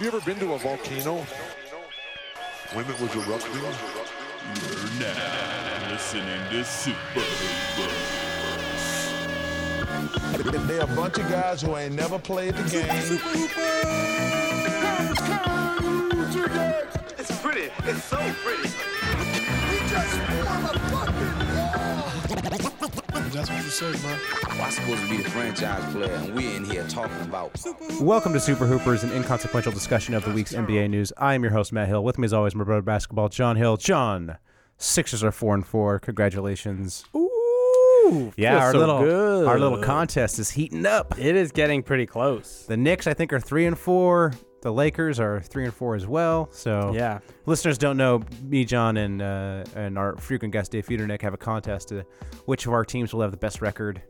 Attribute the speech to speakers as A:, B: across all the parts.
A: you ever been to a volcano?
B: When it was erupting?
C: You're now listening to Super Hoopers.
D: They're a bunch of guys who ain't never played the game.
E: It's pretty. It's so pretty.
F: I'm supposed to be the franchise player, and we're in here talking about
G: Welcome to Super Hoopers, an inconsequential discussion of the week's NBA news. I am your host Matt Hill. With me, as always, my brother basketball John Hill. John, Sixers are four and four. Congratulations!
H: Ooh,
G: yeah,
H: feels
G: our
H: so
G: little
H: good.
G: our little contest is heating up.
H: It is getting pretty close.
G: The Knicks, I think, are three and four. The Lakers are three and four as well. So
H: Yeah.
G: listeners don't know me, John, and uh, and our frequent guest Dave Feudernick have a contest to which of our teams will have the best record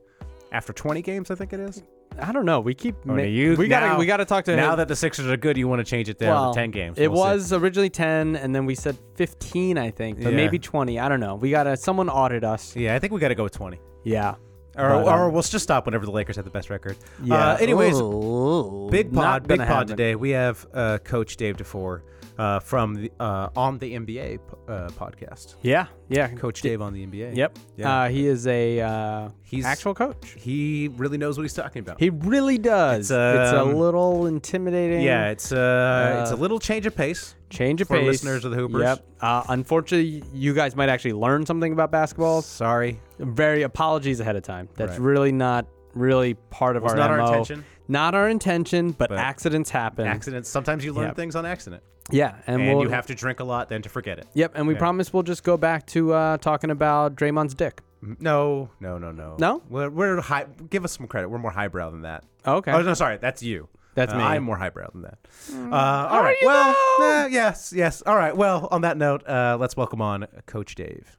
G: after 20 games. I think it is.
H: I don't know. We keep ma-
G: Okay, you-
H: we gotta
G: now-
H: we gotta talk to
G: now
H: him.
G: that the Sixers are good. You want to change it down
H: Well,
G: to 10 games.
H: It
G: We'll see.
H: was originally ten, and then we said fifteen, I think, but
G: Yeah.
H: maybe twenty. I don't know. We gotta someone audit us.
G: Yeah, I think we got to go with 20.
H: Yeah.
G: Or,
H: But,
G: or
H: um,
G: we'll just stop whenever the Lakers have the best record.
H: Yeah.
G: Uh, anyways,
H: Ooh,
G: big pod,
H: not
G: big
H: gonna
G: pod
H: happen.
G: today. We have uh, Coach Dave DeFore uh, from the, uh, on the NBA p- uh, podcast.
H: Yeah. Yeah.
G: Coach Dave on the NBA.
H: Yep.
G: Yeah.
H: Uh, he is a uh,
G: He's-
H: actual coach.
G: he really knows what he's talking about.
H: He really does.
G: It's,
H: It's, a
G: um,
H: little intimidating.
G: yeah, it's uh, it's a
H: Uh,
G: little change of pace.
H: change of
G: for
H: pace.
G: listeners of the Hoopers.
H: Yep. Uh, unfortunately, you guys might actually learn something about basketball.
G: Sorry,
H: Very apologies ahead of time. That's
G: Right.
H: really not really part of
G: Was
H: our
G: not our
H: MO.
G: intention.
H: Not our intention, but,
G: But-
H: accidents happen.
G: accidents. Sometimes you learn
H: Yep.
G: things on accident,
H: Yeah, and,
G: and,
H: we'll,
G: you have to drink a lot then to forget it.
H: Yep, and we
G: Yeah.
H: promise we'll just go back to uh, talking about Draymond's dick.
G: No, no, no, no.
H: No?
G: we're, we're high. Give us some credit. We're more highbrow than that.
H: Okay.
G: Oh no, sorry, that's you.
H: That's
G: Uh,
H: me. Mm.
G: I'm more highbrow than that. Uh, all right. Well, eh, yes, yes. All right. Well, on that note, uh, let's welcome on Coach Dave.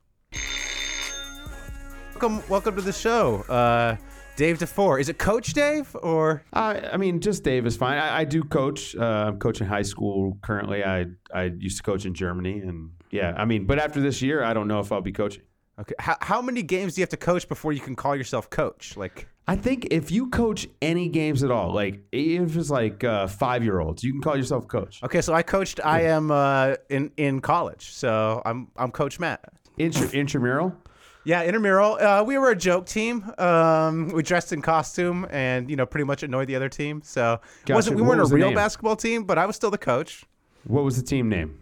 G: Welcome, welcome to the show, uh, Dave DeFore. Is it Coach Dave or
I: Uh, I, I mean, just Dave is fine. I, I do coach. Uh, I'm coaching high school currently. I I used to coach in Germany, and yeah, I mean, but after this year, I don't know if I'll be coaching.
G: okay? How, how many games do you have to coach before you can call yourself coach? Like,
I: I think if you coach any games at all, like if it's like uh, five year olds, you can call yourself coach.
G: okay, so I coached. I am uh, in in college, so I'm I'm Coach Matt.
I: Intra- intramural.
G: Yeah, intramural. Uh, we were a joke team. Um, we dressed in costume and you know pretty much annoyed the other team. So it
I: Gotcha.
G: wasn't we
I: What
G: weren't
I: was
G: a
I: the
G: real
I: name?
G: basketball team, but I was still the coach.
I: What was the team name?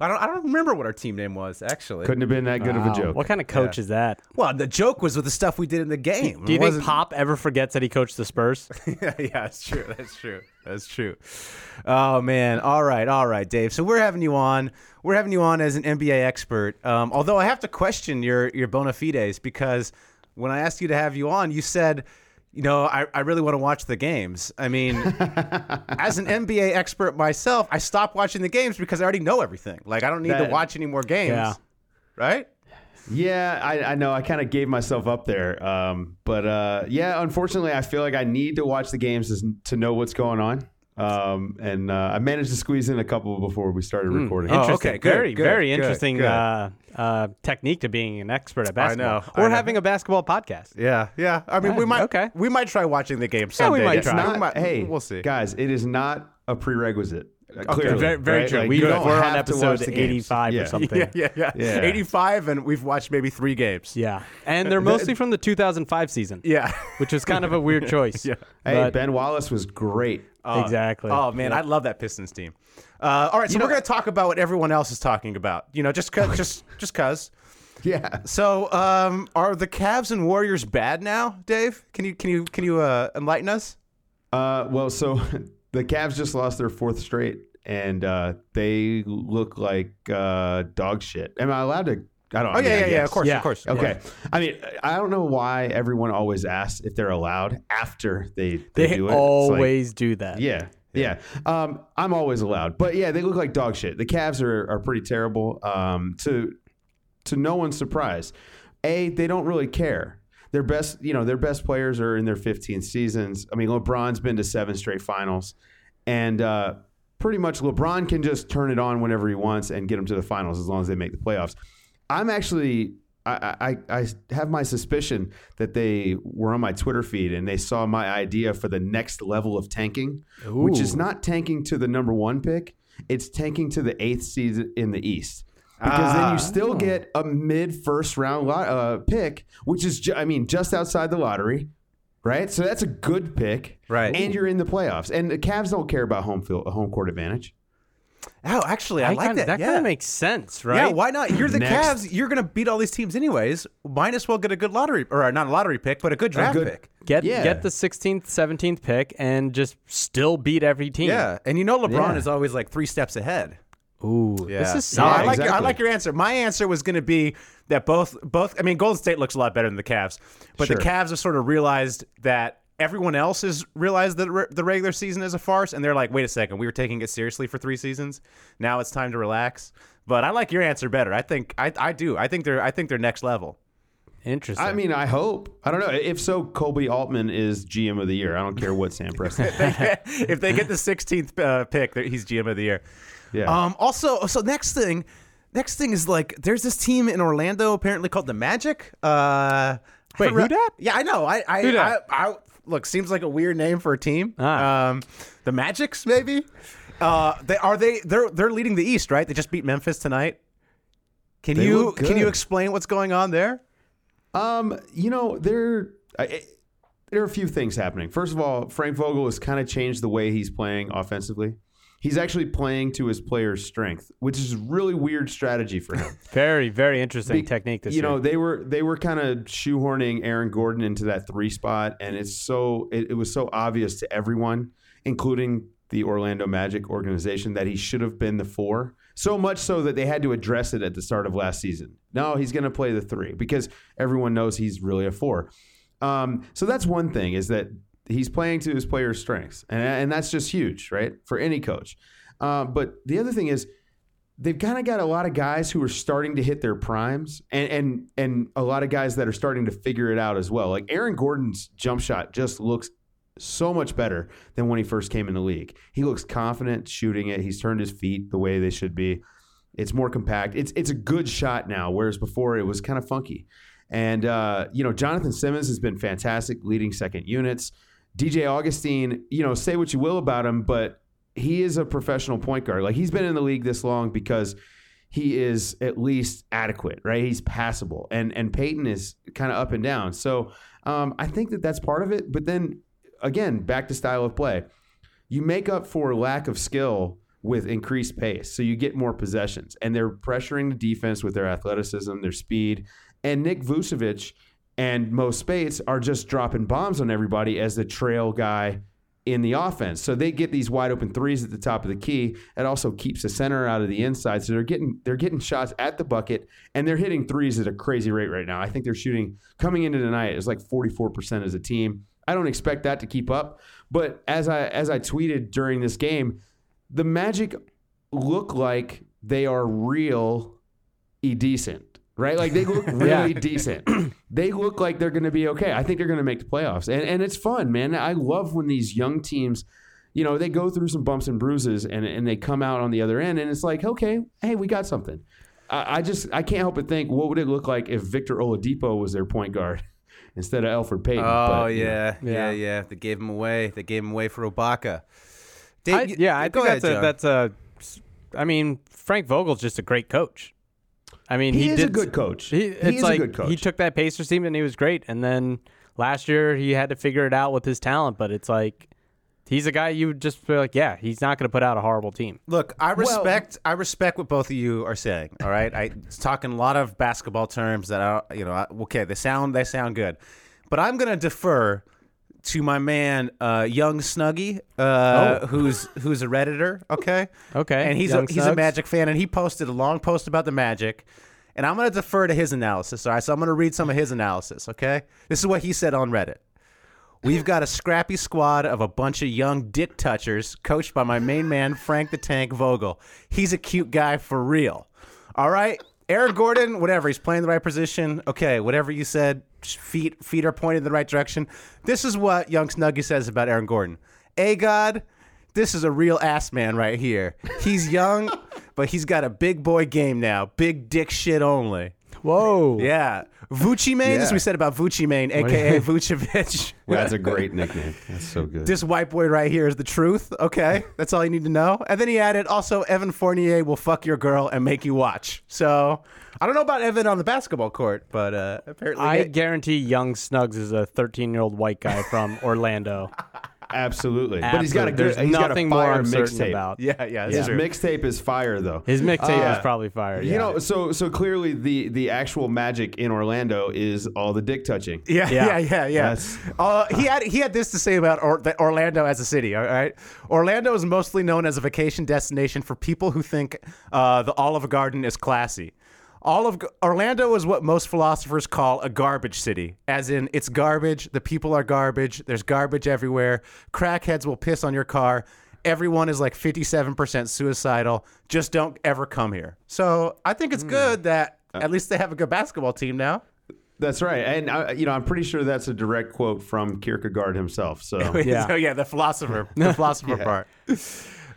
G: I don't I don't remember what our team name was actually.
I: Couldn't have been that good
H: Wow,
I: of a joke.
H: What kind of coach is that?
G: Well, the joke was with the stuff we did in the game.
H: Do you
G: It
H: think
G: wasn't-
H: Pop ever forgets that he coached the Spurs?
G: yeah, that's true. That's true. That's true. Oh man. All right. All right, Dave. So we're having you on. We're having you on as an NBA expert. Um, although I have to question your your bona fides because when I asked you to have you on, you said, you know, I, I really want to watch the games. I mean, as an NBA expert myself, I stopped watching the games because I already know everything. Like I don't need
I: That-
G: to watch any more games.
H: Yeah.
G: Right?
I: Yeah, I, I know. I kind of gave myself up there, um, but uh, yeah, unfortunately, I feel like I need to watch the games to, to know what's going on. Um, and uh, I managed to squeeze in a couple before we started recording.
G: Oh,
H: Interesting.
G: okay, good,
H: Hmm. very,
G: good,
H: very
G: good,
H: interesting
G: good.
H: Uh, uh, technique to being an expert at
G: I
H: basketball.
G: know, I
H: Or
G: know.
H: having a basketball podcast.
G: Yeah, yeah. I mean, we
H: Right,
G: might
H: okay.
G: we might try watching the game
H: Yeah, we
G: someday.
H: might
I: it's
H: try.
I: not.
G: We might-
I: hey,
G: we'll see.
I: guys. It is not a prerequisite. uh, Clearly,
H: Very, very
I: right?
H: true.
I: Like,
H: we,
I: you
H: we're
I: don't
H: on
I: have to watch
H: episode
I: the games.
H: 85
I: Yeah.
H: or something.
G: Yeah, yeah, yeah,
I: Yeah.
G: 85, and we've watched maybe three games.
H: Yeah. And they're mostly from the 2005 season.
G: Uh, Yeah.
H: Which is kind of a weird choice. yeah.
I: Hey, Ben Wallace was great.
H: exactly.
G: Oh man, I love that Pistons team. Uh, all right, so we're going to talk about what everyone else is talking about. You know, just cause, just just cause.
I: Yeah.
G: So, um, are the Cavs and Warriors bad now, Dave? Can you can you can you uh, enlighten us?
I: Uh, well, so the Cavs just lost their fourth straight, and uh, they look like uh, dog shit. Am I allowed to? I don't.
G: Oh yeah, yeah, yeah. Of course,
H: Yeah.
G: of course. of
I: Okay.
G: course.
I: I mean, I don't know why everyone always asks if they're allowed after they they,
H: they
I: do it. It's like-
H: always do that.
I: yeah. Yeah. Um, I'm always allowed. But yeah, they look like dog shit. The Cavs are, are pretty terrible. Um, to to no one's surprise. A, they don't really care. Their best, you know, their best players are in their 15 seasons. I mean, LeBron's been to seven straight finals. And uh, pretty much LeBron can just turn it on whenever he wants and get them to the finals as long as they make the playoffs. I'm actually I, I, I have my suspicion that they were on my Twitter feed and they saw my idea for the next level of tanking, which is not tanking to the number one pick. It's tanking to the eighth seed in the East. Because
G: Ah,
I: then you still get a mid first round lot, uh, pick, which is, ju- I mean, just outside the lottery, right? So that's a good pick.
G: Right.
I: And you're in the playoffs. And the Cavs don't care about home field, home court advantage.
G: Oh, actually, I, like
H: kinda,
G: that. yeah.
H: kind of makes sense,
G: Yeah,
H: right?
G: why not? You're the
I: Next.
G: Cavs. You're going to beat all these teams anyways. Might as well get a good lottery, or uh, not a lottery pick, but a good draft
I: good-
G: pick.
H: Get
I: Yeah.
H: get the 16th, 17th pick and just still beat every team.
G: Yeah, and you know LeBron
I: Yeah.
G: is always like three steps ahead.
H: Ooh,
G: Yeah.
H: this is
G: Yeah, I
H: solid.
G: like your, I
I: exactly.
G: like your answer. My answer was going to be that both both. I mean, Golden State looks a lot better than the Cavs, but the
I: Sure.
G: Cavs have sort of realized that everyone else has realized that re- the regular season is a farce, and they're like, wait a second, we were taking it seriously for three seasons. Now it's time to relax. But I like your answer better. I think I, I do. I think they're I think they're next level.
H: Interesting.
I: I mean, I hope. I don't know. If so, Kobe Altman is GM of the year. I don't care what Sam Preston.
G: if they get the 16th uh, pick, they're- he's GM of the year.
I: Yeah.
G: Um. Also, so next thing, next thing is like there's this team in Orlando apparently called the Magic. Uh,
H: Wait, who dat?
G: Yeah, I know. I I,
H: Who
G: I,
H: dat?
G: I look seems like a weird name for a team.
H: Ah.
G: Um, the Magics maybe. Uh, they are they they're they're leading the East, right? They just beat Memphis tonight. Can
I: They
G: you
I: look
G: can you
I: good.
G: explain what's going on there?
I: Um, you know, there I, I- there are a few things happening. First of all, Frank Vogel has kind of changed the way he's playing offensively. He's actually playing to his player's strength, which is a really weird strategy for him.
H: very very interesting technique this
I: you
H: year.
I: know, they were they were kind of shoehorning Aaron Gordon into that three spot, and it's so it, it was so obvious to everyone, including the Orlando Magic organization, that he should have been the four. So much so that they had to address it at the start of last season. No, he's going to play the three because everyone knows he's really a four. Um, so that's one thing is that he's playing to his player's strengths, and and that's just huge, right, for any coach. Uh, but the other thing is they've kind of got a lot of guys who are starting to hit their primes and and and a lot of guys that are starting to figure it out as well. Like Aaron Gordon's jump shot just looks so much better than when he first came in the league. He looks confident shooting it. He's turned his feet the way they should be. It's more compact. It's it's a good shot now, whereas before it was kind of funky. And uh, you know, Jonathan Simmons has been fantastic, leading second units. DJ Augustine, you know, say what you will about him, but he is a professional point guard. Like he's been in the league this long because he is at least adequate, right? He's passable, and and Peyton is kind of up and down. So um, I think that that's part of it. But then again, back to style of play, you make up for lack of skill with increased pace, so you get more possessions, and they're pressuring the defense with their athleticism, their speed, and Nick Vucevic and Mo Spates are just dropping bombs on everybody as the trail guy in the offense. So they get these wide open threes at the top of the key. It also keeps the center out of the inside. So they're getting they're getting shots at the bucket and they're hitting threes at a crazy rate right now. I think they're shooting coming into tonight is like 44% as a team. I don't expect that to keep up, but as I as I tweeted during this game, the Magic look like they are real e decent, right? Like they look really decent. They look like they're going to be okay. I think they're going to make the playoffs, and and it's fun, man. I love when these young teams, you know, they go through some bumps and bruises, and and they come out on the other end, and it's like, okay, hey, we got something. I, I just I can't help but think, what would it look like if Victor Oladipo was their point guard instead of Alfred Payton?
G: Oh
I: But, you know,
G: yeah, yeah, yeah, They gave him away. They gave him away for Obaka. Dave,
H: I,
G: you-
H: yeah, I
G: go
H: think that's
G: ahead,
H: a,
G: John.
H: that's a. I mean, Frank Vogel's just a great coach. I mean, he,
I: He is a
H: did,
I: good coach.
H: He,
I: He
H: it's
I: is a
H: like
I: good coach.
H: he took that Pacers team and he was great. And then last year he had to figure it out with his talent. But it's like he's a guy you would just feel like, yeah, he's not going to put out a horrible team.
G: Look, I respect I respect what both of you are saying. All right, I it's talking a lot of basketball terms that I you know I, okay they sound they sound good, but I'm gonna defer to my man uh, Young Snuggy, uh, who's who's a redditor. Okay,
H: Oh. Okay,
G: and he's a,
H: Young
G: he's a
H: Snugs.
G: Magic fan, and he posted a long post about the Magic. And I'm going to defer to his analysis. All right. So I'm going to read some of his analysis. Okay. This is what he said on Reddit. We've got a scrappy squad of a bunch of young dick touchers coached by my main man, Frank the Tank Vogel. He's a cute guy for real. All right. Aaron Gordon, whatever, he's playing the right position. Okay, whatever you said, feet feet are pointed in the right direction. This is what young Snuggy says about Aaron Gordon. A God, this is a real ass man right here. He's young, but he's got a big boy game now. Big dick shit only.
H: Whoa.
G: Yeah. Vucci Main, as
I: Yeah.
G: we said about Vucci Main, aka Vucevic.
I: That's a great nickname. That's so good.
G: this white boy right here is the truth. Okay, that's all you need to know. And then he added, also, Evan Fournier will fuck your girl and make you watch. So I don't know about Evan on the basketball court, but uh, apparently,
H: I
G: he-
H: guarantee Young Snugs is a 13 year old white guy from Orlando.
I: Absolutely. But he's got a
H: Absolutely.
I: good,
H: There's
I: he's got a
H: nothing more
I: fire
H: I'm certain
I: mixtape.
H: about.
G: yeah, yeah, that's
I: His
G: true.
I: mixtape is fire though.
H: His mixtape
I: Uh,
H: was probably fire. Yeah.
I: You know, so so clearly the the actual magic in Orlando is all the dick touching.
G: Yeah, yeah,
H: Yeah.
G: yeah, yeah.
I: That's-
G: Uh, he had he had this to say about or, that Orlando as a city. All right, Orlando is mostly known as a vacation destination for people who think uh, the Olive Garden is classy. Olive Orlando is what most philosophers call a garbage city, as in it's garbage. The people are garbage. There's garbage everywhere. Crackheads will piss on your car. Everyone is like 57% suicidal. Just don't ever come here. So I think it's good that at least they have a good basketball team now.
I: That's right. And I, you know, I'm pretty sure that's a direct quote from Kierkegaard himself. So
G: Yeah. So yeah, the philosopher, the philosopher part.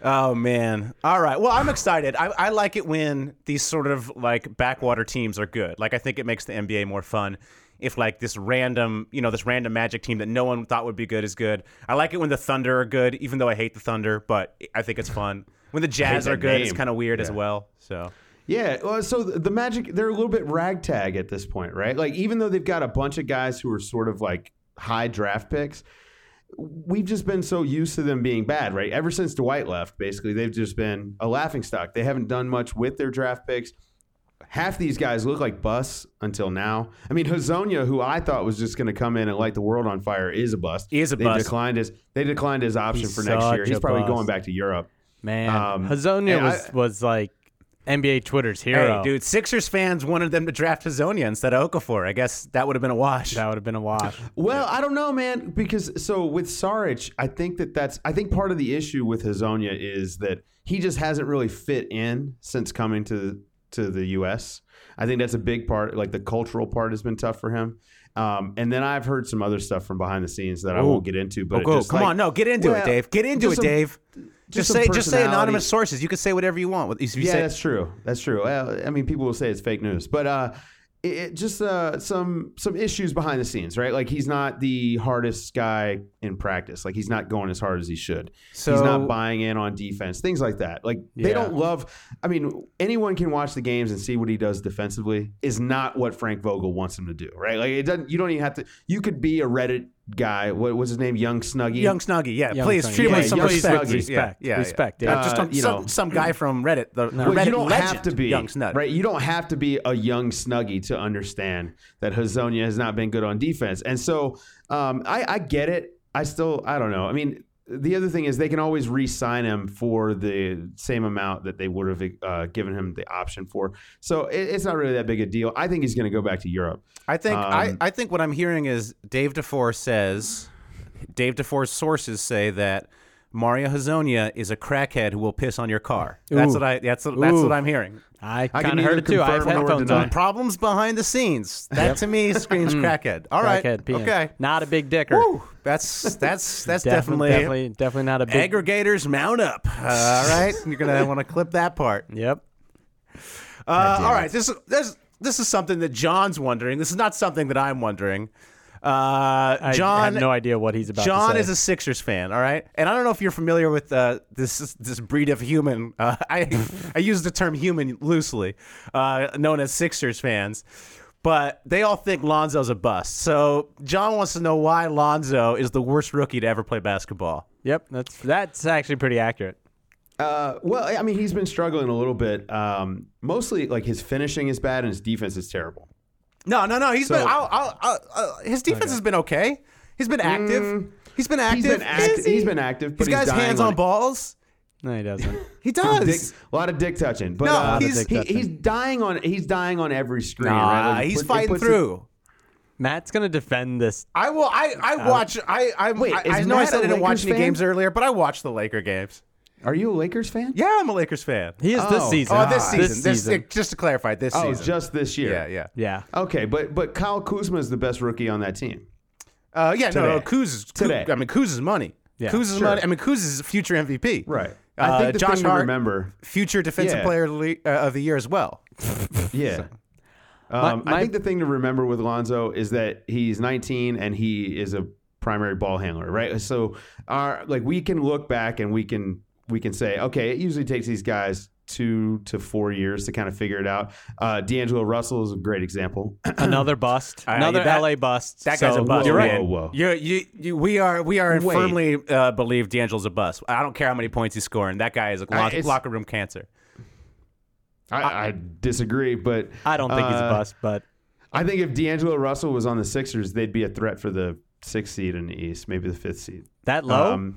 G: Oh man! All right. Well, I'm excited. I, I like it when these sort of like backwater teams are good. Like I think it makes the NBA more fun. If like this random, you know, this random Magic team that no one thought would be good is good. I like it when the Thunder are good, even though I hate the Thunder, but I think it's fun. When the Jazz
I: that
G: are good, it's
I: name.
G: kind of weird as well. So
I: Yeah, well, so th- the Magic they're a little bit ragtag at this point, right? Like even though they've got a bunch of guys who are sort of like high draft picks, we've just been so used to them being bad, right? Ever since Dwight left, basically they've just been a laughing stock. They haven't done much with their draft picks. Half these guys look like busts until now. I mean, Hazonia, who I thought was just going to come in and light the world on fire, is a bust.
G: Is a
I: they
G: bust.
I: Declined his, they declined his option
H: He's
I: for next year.
H: such
I: He's
H: a
I: probably
H: bust.
I: going back to Europe.
H: man,
I: um,
H: Hazonia
I: and
H: was,
I: I-
H: was like NBA Twitter's
G: hey,
H: hero.
G: dude, Sixers fans wanted them to draft Hazonia instead of Okafor. I guess that would have been a wash.
H: That would have been a wash.
I: Well, I don't know, man, because so with Saric, I think that that's I think part of the issue with Hazonia is that he just hasn't really fit in since coming to to the U.S. I think that's a big part. Like the cultural part has been tough for him. Um, and then I've heard some other stuff from behind the scenes that I won't get into. But it
G: Oh, Go,
I: just,
G: come
I: like-
G: on, no, get into
I: Well,
G: it, Dave. Get into it,
I: just some-
G: Dave. Just,
I: some
G: say, just say anonymous
I: personality.
G: sources. You can say whatever you want. with- If you
I: yeah,
G: say-
I: that's true. That's true. Well, I mean, people will say it's fake news, but uh, it, it just uh, some some issues behind the scenes, right? Like he's not the hardest guy in practice. Like he's not going as hard as he should. he's
G: So-
I: not buying in on defense, things like that. Like they
H: Yeah.
I: don't love. I mean, anyone can watch the games and see what he does defensively. Is not what Frank Vogel wants him to do, right? Like it doesn't. You don't even have to. You could be a Reddit guy. What was his name? Young Snuggy.
G: Young Snuggy, yeah,
H: Young
G: please
H: Snuggy.
G: treat him
I: Yeah,
G: with some
I: Young
G: respect.
I: Snuggy.
H: Respect,
G: yeah, yeah,
H: respect,
G: yeah.
H: yeah.
G: Not just
I: Uh,
G: on,
I: you
G: some,
I: know.
G: some guy from Reddit, the, the
I: Well,
G: Reddit
I: you don't
G: legend,
I: have to be
G: Young Snug.
I: right. You don't have to be a young snuggie to understand that Hazonia has not been good on defense, and so um, I, I get it. I still, I don't know. I mean, the other thing is they can always re-sign him for the same amount that they would have uh, given him the option for. So it, it's not really that big a deal. I think he's going to go back to Europe.
G: I think I,
I: Um,
G: I think what I'm hearing is Dave DeFore says Dave DeFore's sources say that Mario Hazonia is a crackhead who will piss on your car. That's
H: Ooh.
G: what I that's what, that's
H: Ooh.
G: what I'm hearing.
H: I
I: can
H: kind of
I: neither
H: heard it too. I have
I: confirm nor
H: headphones
I: deny.
H: on.
G: The problems behind the scenes. That to me screams
I: Mm.
G: crackhead. All right.
H: Crackhead peeing.
G: Okay.
H: Not a big dicker.
G: Woo. That's that's that's definitely,
H: Definitely, definitely, definitely not a big.
G: aggregators mount up. Uh, all right, you're gonna want to clip that part.
H: yep.
G: Uh, all right, this is this this is something that John's wondering. This is not something that I'm wondering. Uh,
H: I
G: John,
H: have no idea what he's about.
G: John
H: to say.
G: is a Sixers fan. All right, and I don't know if you're familiar with uh, this this breed of human. Uh, I I use the term human loosely, uh, known as Sixers fans. But they all think Lonzo's a bust. So John wants to know why Lonzo is the worst rookie to ever play basketball.
H: Yep, that's that's actually pretty accurate.
I: Uh, well, I mean, he's been struggling a little bit. Um, mostly, like his finishing is bad and his defense is terrible.
G: No, no, no. He's
I: So-
G: been. I'll, I'll, I'll, uh, his defense has been okay. He's been active. he's been active.
I: Mm. He's been active. He's been active. But
G: This guy's
I: he's dying
G: hands
I: on
G: on balls.
H: No, he doesn't.
G: He does.
I: Dick, a lot of dick touching, but
G: No,
I: uh,
G: he's-
I: he- he's dying on he's dying on every screen. right?
G: Nah,
I: Like, it
G: he's
I: put- it
G: fighting
I: puts it-
G: through.
H: Matt's gonna defend this.
G: I will. I, I watch. I I,
I: Uh, Wait,
G: I,
I: is
G: I know I
I: Matt
G: said I
I: a
G: didn't watch
I: Lakers
G: any
I: fan?
G: games earlier, but I watched the Laker games.
I: Are you a Lakers fan?
G: Yeah, I'm a Lakers fan.
H: He is this
I: Oh,
H: season.
G: oh, this
H: Ah.
G: season. This,
H: This season.
G: just to clarify, this
I: Oh,
G: season.
I: just this year.
G: yeah, yeah.
H: yeah.
I: Okay, but but Kyle Kuzma is the best rookie on that team.
G: Uh, yeah, no,
I: Today.
G: no, Kuz is
I: Today.
G: Kuz, I mean, Kuz is money.
H: Yeah,
G: Kuz is
I: sure.
G: money. I mean, Kuz is future MVP.
I: I
G: Uh,
I: think the
G: Josh
I: thing to
G: Hart,
I: remember.
G: future defensive
I: Yeah.
G: player of the le- uh, of the year as well.
I: Yeah. Um,
H: my-
I: I think the thing to remember with Lonzo is that he's 19 and he is a primary ball handler, right? So our like we can look back and we can we can say, okay, it usually takes these guys two to four years to kind of figure it out. Uh, D'Angelo Russell is a great example.
H: Another bust.
G: yeah,
H: Another
G: that-
H: LA bust.
G: That guy's
H: So,
G: a bust.
I: You're
G: man.
I: right. Whoa, whoa.
G: You're, you, you, we are, we are
I: Wait.
G: firmly uh, believe D'Angelo's a bust. I don't care how many points he's scoring. That guy is a
I: I-
G: lock,
I: it's-
G: locker room cancer.
I: I, I disagree, but
H: I don't think he's a
I: uh,
H: bust, but
I: I think if D'Angelo Russell was on the Sixers, they'd be a threat for the sixth seed in the East, maybe the fifth seed.
H: that low.
G: um,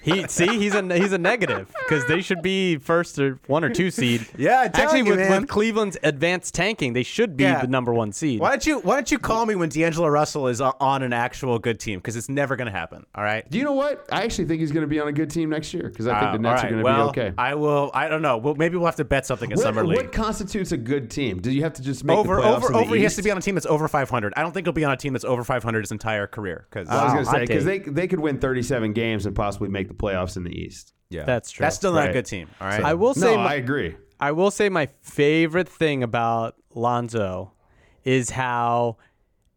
H: he see he's a he's a negative because they should be first or one or two seed.
G: Yeah, I'm telling
H: actually
G: you,
H: with,
G: man.
H: with Cleveland's advanced tanking, they should be
G: Yeah.
H: the number one seed.
G: Why don't you Why don't you call me when D'Angelo Russell is o- on an actual good team? Because it's never going to happen. All right.
I: Do you know what? I actually think he's going to be on a good team next year because I think
G: Uh,
I: the
G: all
I: Nets
G: right,
I: are going to
G: well,
I: be okay.
G: I will. I don't know. Well, maybe we'll have to bet something in
I: what,
G: summer
I: what
G: league.
I: constitutes a good team? Do you have to just make
G: Over,
I: the playoffs in
G: over,
I: the
G: over. He has
I: East?
G: to be on a team that's over 500. I don't think he'll be on a team that's over 500 his entire career. Because
I: I was
H: Wow,
I: going to say
H: hot
I: because they they could win 37 games and possibly make the playoffs in the East.
G: yeah,
H: That's true.
G: That's still not a
I: Right.
G: good team. All right.
H: I will say
I: no,
H: my-
I: I agree.
H: I will say my favorite thing about Lonzo is how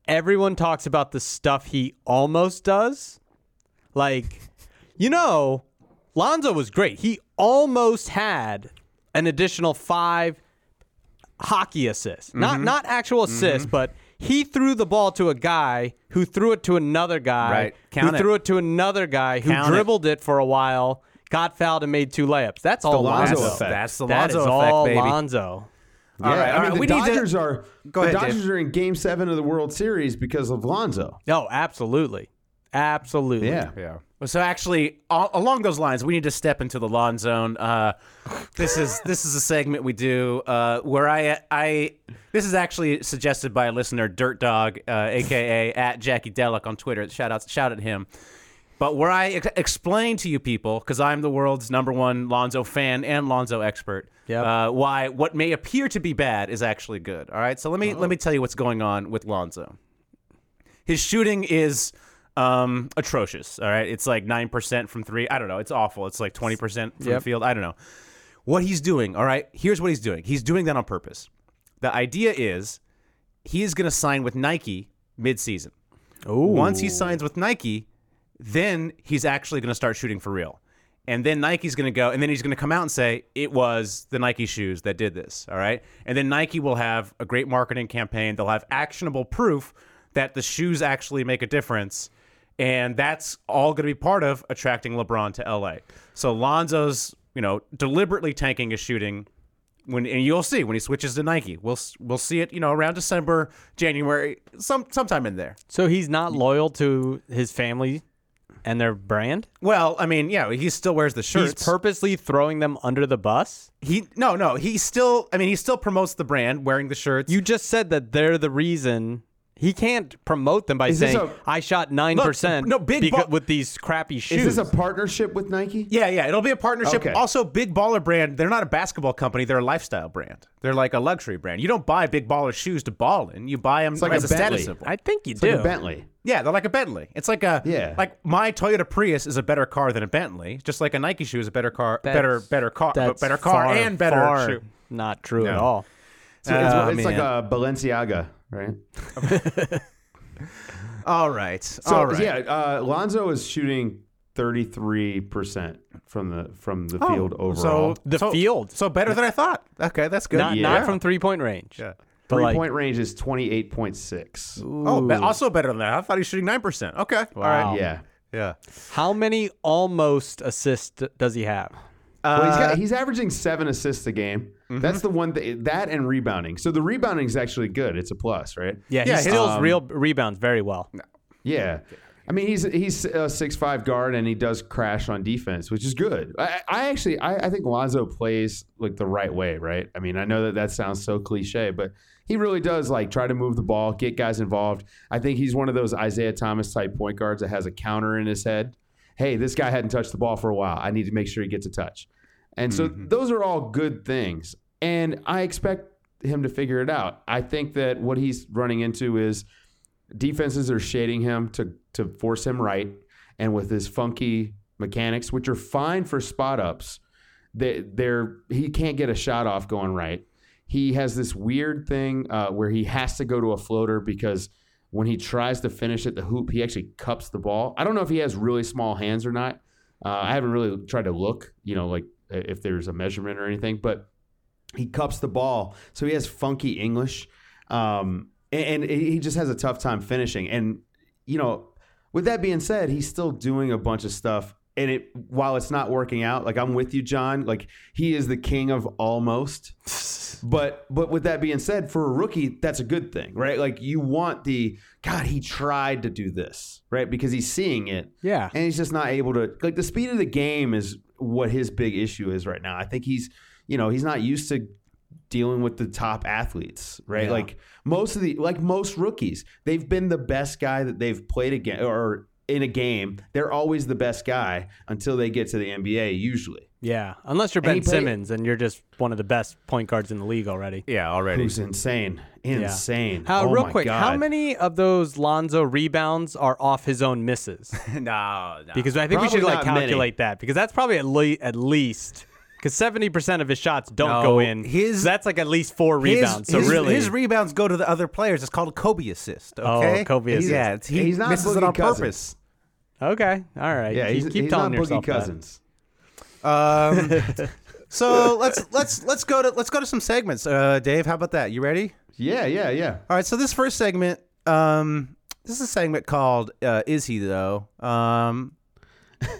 H: everyone talks about the stuff he almost does. Like, you know, Lonzo was great. He almost had an additional five hockey assists. Not
G: Mm-hmm.
H: not actual assists, but he threw the ball to a guy who threw it to another guy
G: Right.
H: who
G: Count it.
H: threw it to another guy who
G: Count it.
H: dribbled it. for a while, got fouled and made two layups. That's all
I: Lonzo
H: Lonzo.
G: that's,
I: effect.
G: that's the
H: That is
G: Lonzo effect,
H: all
G: baby.
H: Lonzo.
I: Yeah,
G: right, all
I: I mean
G: right,
I: the
G: we need to-
I: Dodgers are
G: Go
I: the
G: ahead,
I: Dodgers
G: Dave.
I: are in Game Seven of the World Series because of Lonzo.
H: No, absolutely, absolutely.
I: Yeah,
G: Yeah. Well, so actually, all, along those lines, we need to step into the lawn zone. Uh, this is this is a segment we do uh, where I I this is actually suggested by a listener, Dirt Dog, uh, aka at Jackie Delic on Twitter. Shout out shout at him. But where I ex- explain to you people, because I'm the world's number one Lonzo fan and Lonzo expert,
H: Yep.
G: uh, why what may appear to be bad is actually good. All right, so let me let
H: Oh.
G: me tell you what's going on with Lonzo. His shooting is um, atrocious. All right, it's like nine percent from three. I don't know. It's awful. It's like twenty percent from
H: Yep.
G: the field. I don't know what he's doing. All right, here's what he's doing. He's doing that on purpose. The idea is he is going to sign with Nike midseason. Once he signs with Nike, then he's actually going to start shooting for real. And then Nike's going to go, and then he's going to come out and say, it was the Nike shoes that did this. All right. And then Nike will have a great marketing campaign. They'll have actionable proof that the shoes actually make a difference. And that's all going to be part of attracting LeBron to LA. So Lonzo's, you know, deliberately tanking his shooting when and you'll see when he switches to Nike. We'll s- we'll see it, you know, around December, January, some sometime in there.
H: So he's not loyal to his family and their brand.
G: Well, I mean, yeah, he still wears the shirts.
H: He's purposely throwing them under the bus.
G: he no, no, he still. I mean, he still promotes the brand wearing the shirts.
H: You just said that they're the reason. He can't promote them by
I: Is this
H: saying,
I: a-
H: "I shot nine percent."
G: no, big bu-
H: with these crappy shoes.
I: is this a partnership with Nike?
G: yeah, yeah, it'll be a partnership.
I: Okay.
G: Also, Big Baller Brand. They're not a basketball company. They're a lifestyle brand. They're like a luxury brand. You don't buy Big Baller shoes to ball in. You buy them
I: like
G: as
I: a
G: a, status
I: Bentley.
G: symbol.
H: I think you
I: It's
H: do.
I: like a Bentley.
G: yeah, they're like a Bentley. It's like a
I: Yeah.
G: Like my Toyota Prius is a better car than a Bentley. Just like a Nike shoe is a better car, better
H: That's-
G: better car,
H: that's
G: better car
H: far,
G: and better
H: far
G: shoe.
H: Not true at all.
I: So it's
G: Ah,
I: it's like
G: man.
I: a Balenciaga, right?
G: All right,
I: So
G: all right.
I: yeah, uh, Lonzo is shooting thirty three percent from the from the field overall.
G: Oh, So
H: The
G: so-
H: field.
G: So better than I thought. Okay, that's good.
H: Not,
I: Yeah.
H: not from three point range.
G: Yeah.
H: But
I: three
H: like,
I: point range is twenty eight point six.
G: Oh, be- also better than that. I thought he was shooting nine percent. Okay. All
H: Wow.
G: right.
I: Yeah.
G: Yeah.
H: how many almost assists does he have?
I: Well, he's, got, he's averaging seven assists a game. That's the one thing that and rebounding. So the rebounding is actually good. It's a plus, right?
H: Yeah,
G: Yeah,
H: he
G: his-
H: steals real rebounds very well.
I: Yeah. I mean, he's he's a six five guard and he does crash on defense, which is good. I, I actually I, I think Lonzo plays like the right way, right? I mean, I know that that sounds so cliche, but he really does like try to move the ball, get guys involved. I think he's one of those Isaiah Thomas type point guards that has a counter in his head. Hey, this guy hadn't touched the ball for a while. I need to make sure he gets a touch. And so those are all good things. And I expect him to figure it out. I think that what he's running into is defenses are shading him to to force him right, and with his funky mechanics, which are fine for spot ups, they they're he can't get a shot off going right. He has this weird thing uh, where he has to go to a floater because when he tries to finish at the hoop, he actually cups the ball. I don't know if he has really small hands or not. Uh, I haven't really tried to look, you know, like uh, if there's a measurement or anything, but he cups the ball. So he has funky English. Um, and, and he just has a tough time finishing. And, you know, with that being said, he's still doing a bunch of stuff. And it while it's not working out, like I'm with you, John. Like he is the king of almost. But but with that being said, for a rookie, that's a good thing, right? Like you want the God, he tried to do this, right? Because he's seeing it.
H: Yeah.
I: And he's just not able to like the speed of the game is what his big issue is right now. I think he's you know, he's not used to dealing with the top athletes, right? Like most of the like most rookies, they've been the best guy that they've played again or in a game. They're always the best guy until they get to the NBA usually.
H: Yeah, unless you're
I: And
H: Ben
I: he played-
H: Simmons and you're just one of the best point guards in the league already.
G: Yeah, already.
I: Who's insane. Insane.
H: How
I: Oh
H: real
I: my
H: quick? How
I: God.
H: many of those Lonzo rebounds are off his own misses?
G: no, no.
H: Because I think we should
I: Probably
H: like
I: not many.
H: calculate that because that's probably at, le- at least because seventy percent of his shots don't
G: No,
H: go in.
G: his-
H: so that's like at least four
G: His-
H: rebounds. so
G: his-
H: really,
G: his rebounds go to the other players. It's called a Kobe assist.
H: Oh,
G: Okay,
H: Kobe assist.
G: Yeah, it's- he
I: He's not
G: misses it
I: Boogie
G: on
I: Cousins.
H: okay, all right.
I: Yeah,
H: keep,
I: he's,
H: keep
I: he's
H: telling
I: not Boogie
H: yourself that.
I: Cousins.
G: purpose. Um, so let's let's let's go to let's go to some segments. Uh, Dave, how about that? You ready?
I: Yeah, yeah, yeah.
G: All right, so this first segment, um, this is a segment called uh, "Is He Though." Um,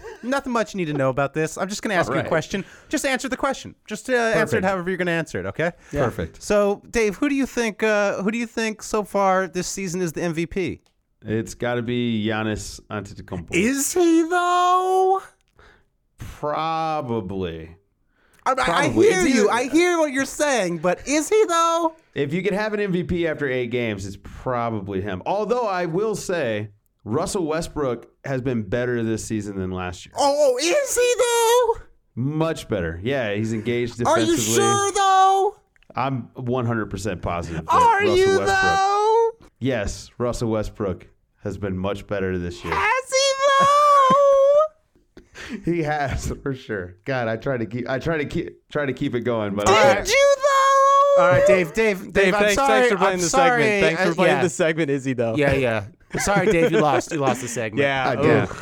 G: nothing much you need to know about this. I'm just going to ask you a
I: right.
G: question. Just answer the question. Just uh, answer it
I: Perfect.
G: however you're going to answer it. Okay.
I: Perfect.
G: So, Dave, who do you think? Uh, who do you think so far this season is the MVP?
I: It's got to be Giannis Antetokounmpo.
G: Is he though?
I: probably.
G: I, I- I
I: Probably.
G: hear
I: It's either-
G: you. I hear what you're saying, but is he though?
I: If you could have an MVP after eight games, it's probably him. Although I will say, Russell Westbrook has been better this season than last year.
G: Oh, is he
I: Much better. Yeah, he's engaged
G: though? Are
I: defensively.
G: you sure though?
I: I'm 100% positive. that
G: Are
I: Russell
G: you
I: Westbrook,
G: though?
I: Yes, Russell Westbrook has been much better this year.
G: Has he though?
I: He has for sure. God, I try to keep I try to keep try to keep it going, but
G: Did you though? All right, Dave, Dave, Dave,
H: Dave,
G: I'm
H: thanks,
G: sorry.
H: thanks for playing
G: I'm
H: the
G: sorry.
H: segment. Thanks
G: Uh,
H: for playing
G: yeah.
H: the segment, Izzy. Though.
G: Yeah, yeah. Sorry, Dave, you lost. You lost the segment.
H: Yeah.
I: I did.
H: ooh,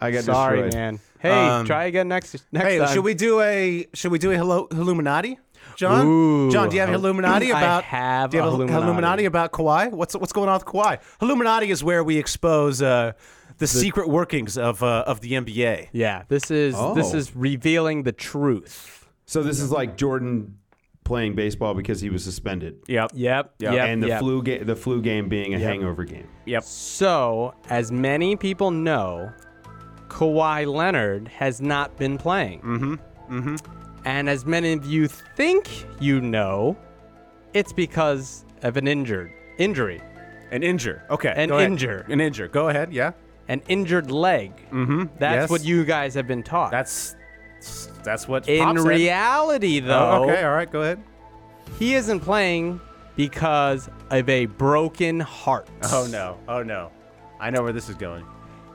I: I got
H: Sorry,
I: destroyed.
H: man. Hey,
G: Um,
H: try again next next
G: Hey,
H: time.
G: should we do a should we do a hello Illuminati? John,
H: Ooh.
G: John, do you have an Illuminati
H: I
G: about?
H: have
G: do you
H: a
G: have a
H: Illuminati.
G: Illuminati about Kawhi? What's what's going on with Kawhi? Illuminati is where we expose uh, the, secret workings of uh, of the NBA.
H: Yeah, this is this
I: Oh.
H: is revealing the truth.
I: So this is like Jordan playing baseball because he was suspended.
G: Yep.
H: Yep. Yep.
I: and the
H: yep.
I: flu ga- the flu game being a hangover game.
H: So, as many people know, Kawhi Leonard has not been playing. Mm-hmm. Mm-hmm. And as many of you think you know, it's because of an injured injury,
G: An injure. Okay.
H: An
G: go ahead.
H: injure.
G: An injure. Go ahead. Yeah.
H: an injured leg. Mm-hmm. That's
G: Yes.
H: what you guys have been taught.
G: That's that's what
H: in
G: Pop said. Oh,
H: reality, though.
G: okay. All right. Go ahead.
H: He isn't playing because of a broken heart.
G: Oh no! Oh no! I know where this is going.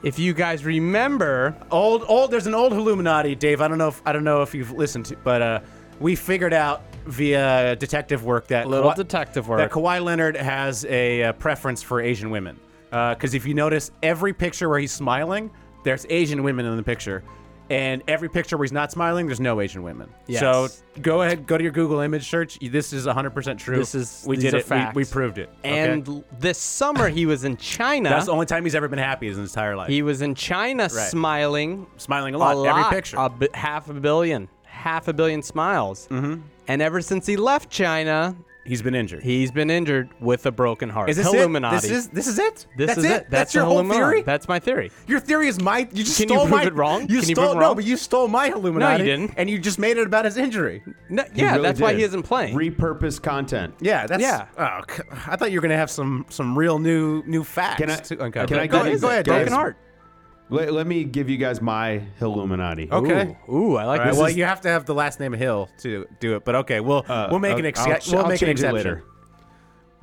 H: If you guys remember,
G: Old, old. There's an old Illuminati, Dave. I don't know if I don't know if you've listened to, but uh, we figured out via detective work that
H: little
G: Kawhi-
H: detective
G: that
H: work.
G: Kawhi Leonard has a uh, preference for Asian women. Because if you notice, every picture where he's smiling, there's Asian women in the picture, and every picture where he's not smiling, there's no Asian women. So
H: Yes.
G: go ahead, go to your Google image search. This is 100% true.
H: This is-
G: we
H: these
G: did
H: are
G: it. We-
H: facts.
G: We, proved it. okay?
H: and l- this summer he was in China.
G: that's the only time he's ever been happy is in his entire life.
H: He was in China smiling
G: Smiling a lot, every picture.
H: a bi- half a billion, half a billion smiles. Mm-hmm. And ever since he left China,
G: he's been injured.
H: he's been injured with a broken heart.
G: Is this
H: Illuminati.
G: it? This is this is it.
H: This
G: That's
H: is
G: it.
H: it.
G: That's, your
H: the
G: whole
H: Illuminati.
G: theory.
H: That's my theory.
G: your theory is my. You just
H: Can you
G: stole
H: prove
G: my.
H: it wrong?
G: You
H: Can
G: stole
H: you prove it
G: no,
H: wrong?
G: but you stole my Illuminati.
H: didn't.
G: And you just made it about his injury.
H: No,
I: He
H: yeah,
I: really
H: that's why
I: did.
H: he isn't playing.
I: Repurpose content.
G: Yeah, that's
H: Yeah.
G: Oh, c- I thought you were gonna have some some real new new facts
I: Can I-
G: to uncover.
I: can I
G: go
I: get
G: ahead?
I: in-
G: Go ahead.
I: guys,
G: Dave.
H: broken heart.
I: Let, let me give you guys my Illuminati.
G: Okay.
H: Ooh, ooh, I like
G: All right,
H: this.
G: well,
H: is-
G: you have to have the last name Hill to do it, but okay, we'll
I: Uh,
G: we'll make an
I: I'll-
G: exception.
I: I'll-
G: We'll
I: I'll
G: make an
I: change it
G: exception.
I: later.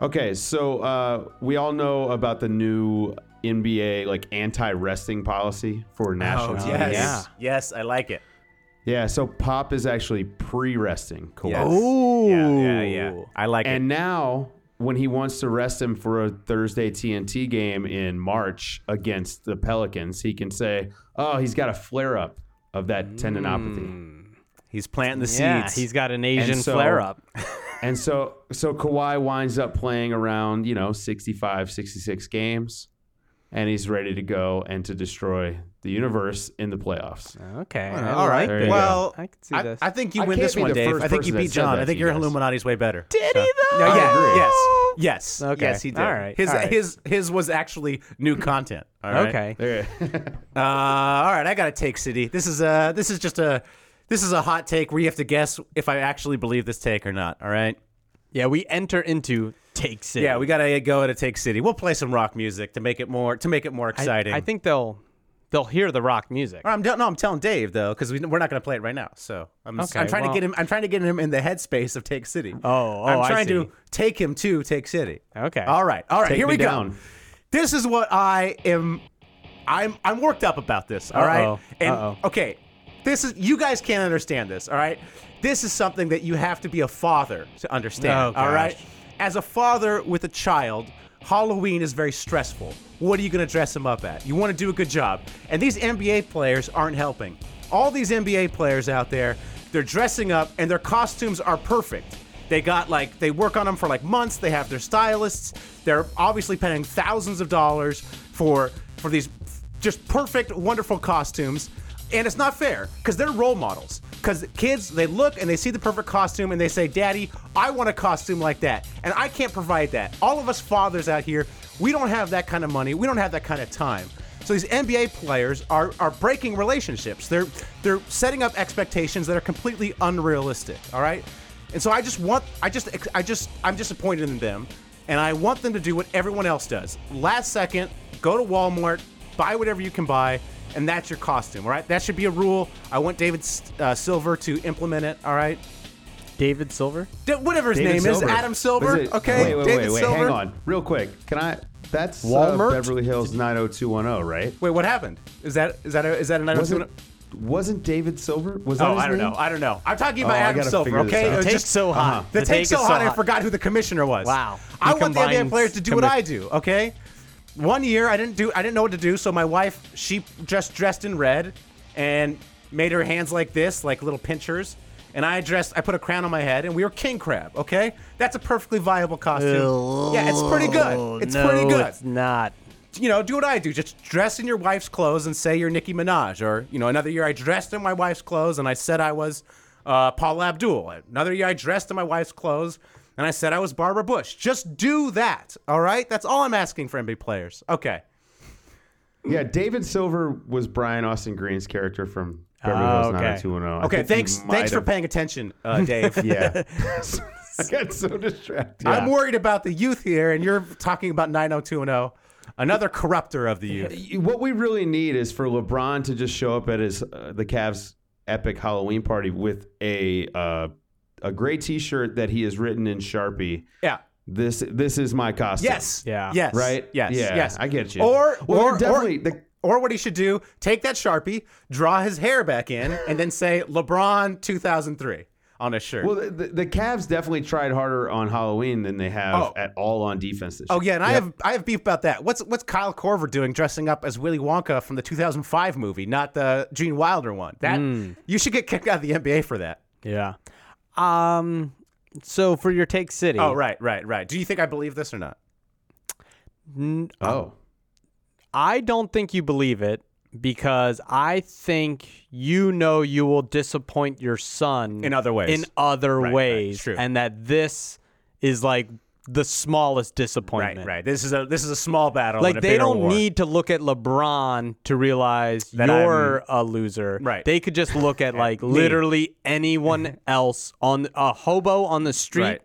I: Okay, so uh, we all know about the new NBA like anti-resting policy for national
G: Oh,
I: teams.
G: yes.
H: yeah.
G: Yes, I like it.
I: Yeah, so Pop is actually pre-resting Kawhi.
G: Yes. Yeah, yeah, yeah. I like it.
I: And now, when he wants to rest him for a Thursday TNT game in March against the Pelicans, he can say, "Oh, he's got a flare-up of that tendinopathy."
G: He's planting the
H: Yeah,
G: seeds.
H: he's got an Asian
I: so-
H: flare up.
I: And so, so Kawhi winds up playing around, you know, 65, 66 games, and he's ready to go and to destroy the universe in the playoffs.
H: Okay.
G: Uh,
H: I
G: all right.
H: like this.
G: Well,
H: I can see
G: I,
H: this.
G: I think you
I: I
G: win
I: can't
G: this
I: be
G: one,
I: the
G: Dave.
I: first
G: I think you
I: person that
G: beat
I: said
G: John.
I: that
G: I think
I: to
G: your
I: you guys.
G: Illuminati's way better.
H: Did he though?
G: No,
I: I
G: yeah,
I: agree.
G: yes, yes,
H: Okay.
G: yes. He did.
H: All right,
G: His
H: all right.
G: his his was actually new content. All right?
H: Okay.
I: There-
G: Uh, all right. I got to take city. This is a this is just a this is a hot take where you have to guess if I actually believe this take or not. All right.
H: Yeah, we enter into Take City.
G: Yeah, we got to go at a take city. We'll play some rock music to make it more to make it more
H: I-
G: exciting.
H: I, think they'll they'll hear the rock music.
G: Or I'm no, I'm telling Dave though because we, we're not going to play it right now. So I'm,
H: Okay,
G: I'm trying
H: well-
G: to get him. I'm trying to get him in the headspace of Take City.
H: oh,
G: I'm
H: I
G: trying to
H: see.
G: take him to Take City.
H: Okay.
G: All right. All right.
I: Take
G: here
I: me
G: we
I: down.
G: go. This is what I am. I'm I'm worked up about this. All right.
H: Uh-oh.
G: And
H: Uh-oh.
G: okay, this is you guys can't understand this. All right. This is something that you have to be a father to understand.
H: Oh,
G: all right.
H: gosh.
G: As a father with a child, Halloween is very stressful. What are you going to dress him up at? You want to do a good job. And these NBA players aren't helping. All these NBA players out there, they're dressing up and their costumes are perfect. They got like, they work on them for like months. They have their stylists. They're obviously paying thousands of dollars for for these just perfect, wonderful costumes. And it's not fair because they're role models. Because kids, they look and they see the perfect costume and they say, Daddy, I want a costume like that. And I can't provide that. All of us fathers out here, we don't have that kind of money. We don't have that kind of time. So these NBA players are, are breaking relationships. They're they're setting up expectations that are completely unrealistic. All right, and so I just want I just I just I'm disappointed in them, and I want them to do what everyone else does. Last second, go to Walmart, buy whatever you can buy, and that's your costume. All right, that should be a rule. I want David uh, Silver to implement it. All right,
H: David Silver.
G: D- whatever his
I: David
G: name
I: Silver.
G: is, Adam Silver.
I: Is it-
G: Okay,
I: wait, wait,
G: David
I: wait, wait,
G: Silver.
I: Hang on, real quick. Can I? That's uh,
H: Walmart?
I: Beverly Hills 90210, right?
G: Wait, what happened? Is that is that a, is that an
I: Wasn't wasn't David Silver? Was that
G: Oh,
I: his
G: I don't
I: name?
G: know. I don't know. I'm talking about
I: Oh, I
G: Adam
I: gotta
G: Silver,
I: figure this
G: okay?
I: out.
G: It
H: The
G: was
H: take's
G: just- Uh-huh.
H: so hot.
G: The, take so hot, I
H: hot.
G: forgot who the commissioner was.
H: Wow.
G: I
H: He
G: want the NBA
H: combines
G: players to do what
H: commi-
G: I do, okay? One year I didn't do I didn't know what to do, so my wife, she just dressed in red and made her hands like this, like little pinchers. And I dressed I put a crown on my head and we were king crab, okay? That's a perfectly viable costume. yeah, it's pretty
H: Oh,
G: good. It's
H: no,
G: pretty good
H: It's not.
G: you know, do what I do. Just dress in your wife's clothes and say you're Nicki Minaj. Or, you know, another year I dressed in my wife's clothes and I said I was uh, Paul Abdul. Another year I dressed in my wife's clothes and I said I was Barbara Bush. Just do that. All right? That's all I'm asking for NBA players. Okay.
I: Yeah, David Silver was Brian Austin Green's character from Beverly
H: Oh,
I: Hills
H: okay.
I: 90210. I
G: Okay.
I: think he
G: Thanks.
I: might
G: Thanks for
I: have-
G: paying attention, uh, Dave.
I: Yeah. I got so distracted.
G: I'm worried about the youth here, and you're talking about oh, 90210, another corrupter of the youth.
I: what we really need is for LeBron to just show up at his uh, the Cavs epic Halloween party with a uh, a gray T-shirt that he has written in Sharpie.
G: Yeah.
I: This this is my costume.
G: Yes.
H: Yeah.
G: Yes.
I: Right.
G: Yes.
I: Yeah,
G: Yes.
I: I get you.
G: Or
I: Well,
G: or
I: definitely
G: or,
I: the-
G: or what he should do: take that sharpie, draw his hair back in, and then say LeBron 2003 on his shirt.
I: Well, the, the, the Cavs definitely tried harder on Halloween than they have
G: Oh.
I: at all on defense this
G: oh
I: year.
G: yeah, and I have I have beef about that. What's what's Kyle Corver doing dressing up as Willy Wonka from the 2005 movie, not the Gene Wilder one? That
H: Hmm.
G: you should get kicked out of the NBA for that.
H: Yeah. Um. So for your Take City.
G: Oh right, right, right. Do you think I believe this or not?
I: Oh.
H: I don't think you believe it because I think you know you will disappoint your son
G: In other ways.
H: In other
G: right,
H: ways,
G: true.
H: and that this is like the smallest
G: Right,
H: disappointment.
G: right. This is a this is a small battle. and
H: Like
G: a
H: they
G: bigger
H: don't
G: war.
H: need to look at LeBron to realize
G: That
H: you're a loser.
G: Right.
H: They could just look at like literally anyone else on a hobo on the street
G: Right.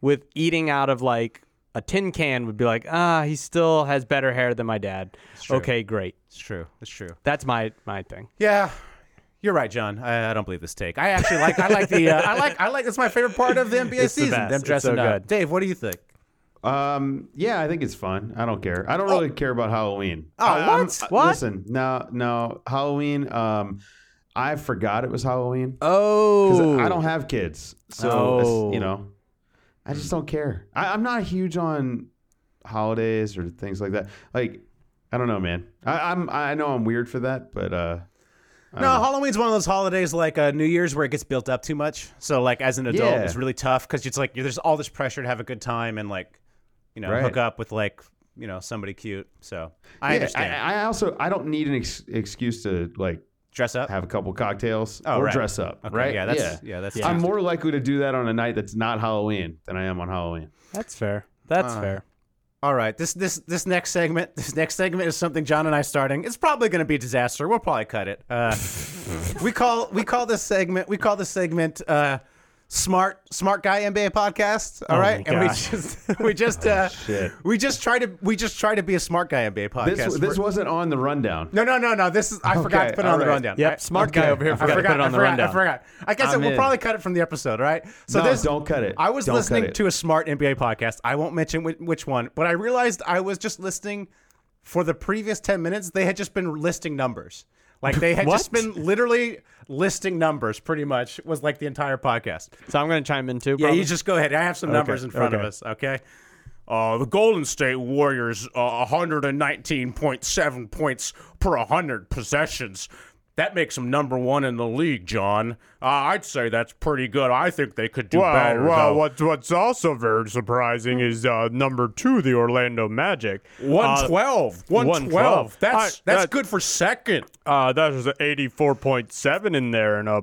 H: with eating out of like a tin can would be like, ah, he still has better hair than my dad. Okay, great.
G: It's true. It's true.
H: That's my my thing.
G: Yeah, you're right, John. I, I don't believe this take. I actually like. I like the. Uh, I like. I like. It's my favorite part of the NBA
H: the
G: season.
H: best.
G: them
H: It's so
G: dressing up.
H: good.
G: Dave, what do you think?
I: Um, yeah, I think it's fun. I don't care. I don't really care about Halloween.
G: Oh,
I: I- I'm-
G: what?
I: I-
H: What?
I: Listen, no, no, Halloween. Um, I forgot it was Halloween. Because
H: Oh,
I: I don't have kids, so
H: Oh.
I: it's- you know, I just don't care. I, I'm not huge on holidays or things like that. Like, I don't know, man. I, I'm I know I'm weird for that, but uh,
G: No, Halloween's one of those holidays like uh, New Year's where it gets built up too much. So like as an adult,
I: Yeah.
G: it's really tough because it's like there's all this pressure to have a good time and like you know
I: Right.
G: hook up with like you know somebody cute. So I
I: yeah,
G: understand.
I: I, I also I don't need an ex- excuse to like
G: Dress up.
I: have a couple cocktails
G: Oh,
I: or
G: right.
I: dress up,
G: Okay,
I: right?
G: Yeah, that's yeah, that's
I: I'm more likely to do that on a night that's not Halloween than I am on Halloween.
H: that's fair. That's fair.
G: All right, this this this next segment, this next segment is something John and I starting. It's probably going to be a disaster. We'll probably cut it. Uh, we call we call this segment we call this segment uh, smart smart guy NBA podcast. All
H: Oh
G: right,
H: my
G: and we
H: gosh. Oh,
G: just we just uh, we just try to we just try to be a smart guy NBA podcast.
I: This this
G: We're-
I: wasn't on the rundown.
G: no no no no. This is I forgot
I: Okay,
G: to put it on the
I: all right.
G: rundown.
H: Yep,
G: I-
H: smart guy over here
G: I
H: forgot, to put it on
G: I
H: the
G: forgot,
H: rundown.
G: I forgot. I guess
I: I'm
G: we'll
I: in.
G: probably cut it from the episode, right? So
I: No,
G: this
I: don't cut it.
G: I was
I: Don't cut
G: listening
I: it.
G: to a smart NBA podcast. I won't mention whi- which one, but I realized I was just listening for the previous 10 minutes. They had just been listing numbers. Like they had just
H: What?
G: been literally listing numbers pretty much was like the entire podcast.
H: So I'm gonna chime in too.
G: Yeah,
H: probably.
G: you just go ahead. I have some numbers in front
H: okay.
G: of us, okay? Uh, the Golden State Warriors, uh, 119.7 points per 100 possessions. That makes them number one in the league, John. Uh, I'd say that's pretty good. I think they could do better.
A: well,
G: though.
A: what's what's also very surprising is uh, number two, the Orlando Magic. Uh,
G: 112. 112.
A: 112.
G: That's,
A: I-
G: that's
A: that-
G: good for second.
A: Uh, that was an 84.7 in there and a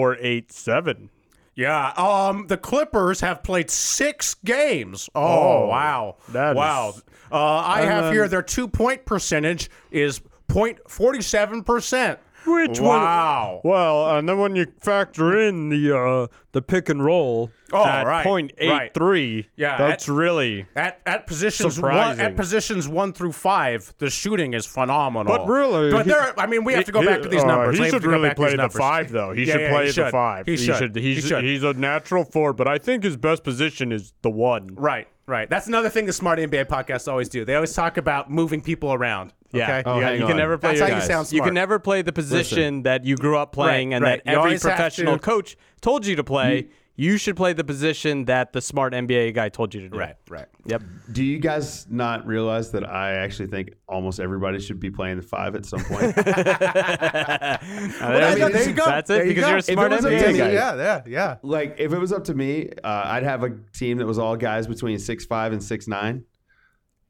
A: .487.
G: Yeah. Um. The Clippers have played six games. Oh,
A: Oh,
G: wow.
A: that is-
G: wow. Uh, I have here their two point percentage is point forty seven percent.
A: Which one-
G: wow.
A: Well, and then when you factor in the uh, the pick and roll
G: Oh,
A: at
G: right,
A: point
G: right.
A: eight three,
G: Yeah,
A: that's
G: that-
A: really.
G: At at positions one
A: Surprising.
G: at positions one through five, the shooting is phenomenal.
A: But really,
G: but
A: he-
G: there. I mean, we have to go
A: he-
G: back to these
A: uh,
G: numbers.
A: He
G: We have
A: should
G: to go
A: really
G: back to these
A: play the
G: numbers.
A: five, though. He
G: Yeah,
A: should
G: yeah,
A: play
G: he
A: the
G: should.
A: five.
G: He should.
A: He's
G: He should.
A: he's a natural four, but I think his best position is the one.
G: Right, right. That's another thing the smart NBA podcasts always do. They always talk about moving people around.
H: Yeah.
G: Okay?
H: Oh,
I: Yeah,
H: you
I: hang
H: can
I: on.
H: never play.
G: That's
H: your-
G: how you sound
H: You
G: smart.
H: can never play the position that you grew up playing
G: Right,
H: and
G: right.
H: that
G: You
H: every
G: always have
H: professional
G: to-
H: coach told you to play. You should play the position that the smart NBA guy told you to do.
G: Right, right.
H: Yep.
I: Do you guys not realize that I actually think almost everybody should be playing the five at some point?
G: Well,
I: I mean,
G: there you go.
H: That's it.
G: There you
H: because
G: go.
H: you're a
G: If
I: it
H: smart
I: was up
H: NBA
I: to me-
G: uh,
H: guy.
I: Yeah,
G: yeah, yeah.
I: like, if it was up to me, uh, I'd have a team that was all guys between six five and six nine,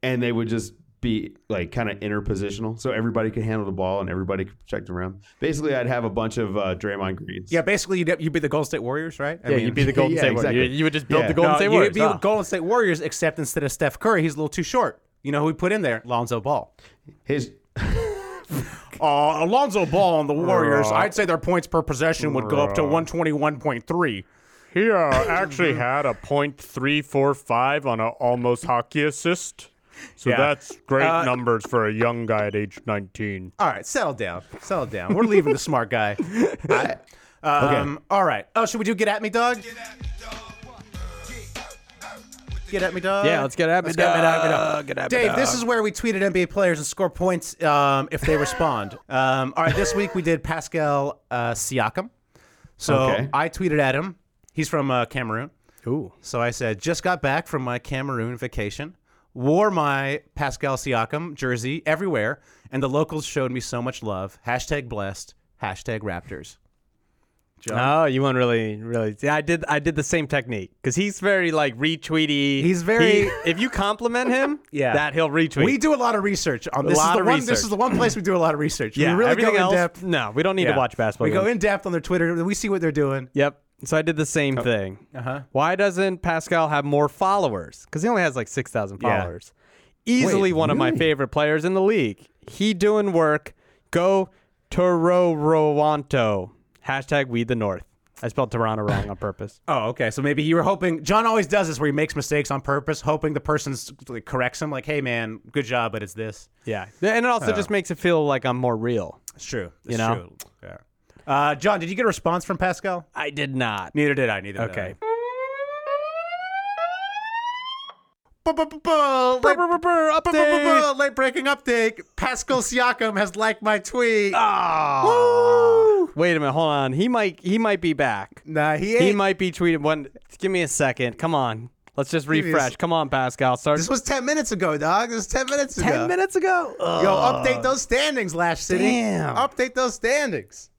I: and they would just be like kind of interpositional, so everybody could handle the ball and everybody could protect around. Basically, I'd have a bunch of uh, Draymond Greens.
G: Yeah, basically, you'd, you'd be the Golden State Warriors, right? I
H: Yeah,
G: mean-
H: you'd be the Golden
I: Yeah,
H: State Warriors.
I: exactly.
H: You, you would just build
I: Yeah.
H: the Golden
G: No,
H: State
G: you'd
H: Warriors.
G: be
H: huh?
G: the Golden State Warriors, except instead of Steph Curry, he's a little too short. You know who we put in there? Lonzo Ball.
I: His
G: Uh, Alonzo Ball and the Warriors, I'd say their points per possession would go up to 121.3.
A: He uh, actually had a .345 on an almost hockey assist. So
G: Yeah.
A: that's great
G: Uh,
A: numbers for a young guy at age 19.
G: All right, settle down. Settle down. We're leaving the smart guy. Um, All right. Oh, should we do Get At Me, Dog? Get At Me, Dog?
H: Yeah, let's get at me.
G: Dave, this is where we tweeted NBA players and score points um, if they respond. Um, all right, this week we did Pascal uh, Siakam. So
I: Okay.
G: I tweeted at him. He's from uh, Cameroon. Ooh. So I said, just got back from my Cameroon vacation, wore my Pascal Siakam jersey everywhere, and the locals showed me so much love. Hashtag blessed. Hashtag Raptors.
H: Oh, you want really, really? Yeah, I did. I did the same technique because he's very like retweety.
G: He's very-
H: if you compliment him,
G: Yeah.
H: that he'll retweet.
G: We do a lot of research on this.
H: lot
G: is the
H: of
G: one, This
H: research.
G: is the one place we do a lot of research.
H: yeah,
G: we really go
H: everything
G: in
H: else,
G: depth.
H: No, we don't need
G: Yeah.
H: to watch basketball.
G: We go
H: games.
G: in depth on their Twitter. We see what they're doing.
H: Yep. So I did the same thing. Uh-huh. Why doesn't Pascal have more followers? Because he only has like six thousand
G: Yeah.
H: followers. Easily
I: Wait,
H: one of my
I: really?
H: favorite players in the league. He doing work. Go Toro Rowanto. Hashtag We the North. I spelled Toronto wrong on purpose.
G: Oh, okay. So maybe you were hoping. John always does this where he makes mistakes on purpose, hoping the person like, corrects him. Like, hey, man, good job, but it's this.
H: Yeah, and it also just makes it feel like I'm more real.
G: It's true. It's
H: You know?
G: true. Yeah. Uh, John, did you get a response from Pascal?
H: I did not.
G: Neither did I. Neither
H: Okay.
G: did I.
H: Uh,
G: Late breaking update. Pascal Siakam has liked my tweet.
H: Ah. Wait a minute, hold on. He might he might be back.
G: Nah, he ain't.
H: He might be tweeted one give me a second. Come on. Let's just
G: Give me a
H: refresh.
G: s-
H: Come on, Pascal. Start
G: This was ten minutes ago, dog. This was ten minutes ago.
H: ten minutes ago. Ugh.
G: Yo, update those standings, Lash City.
H: Damn.
G: Update those standings.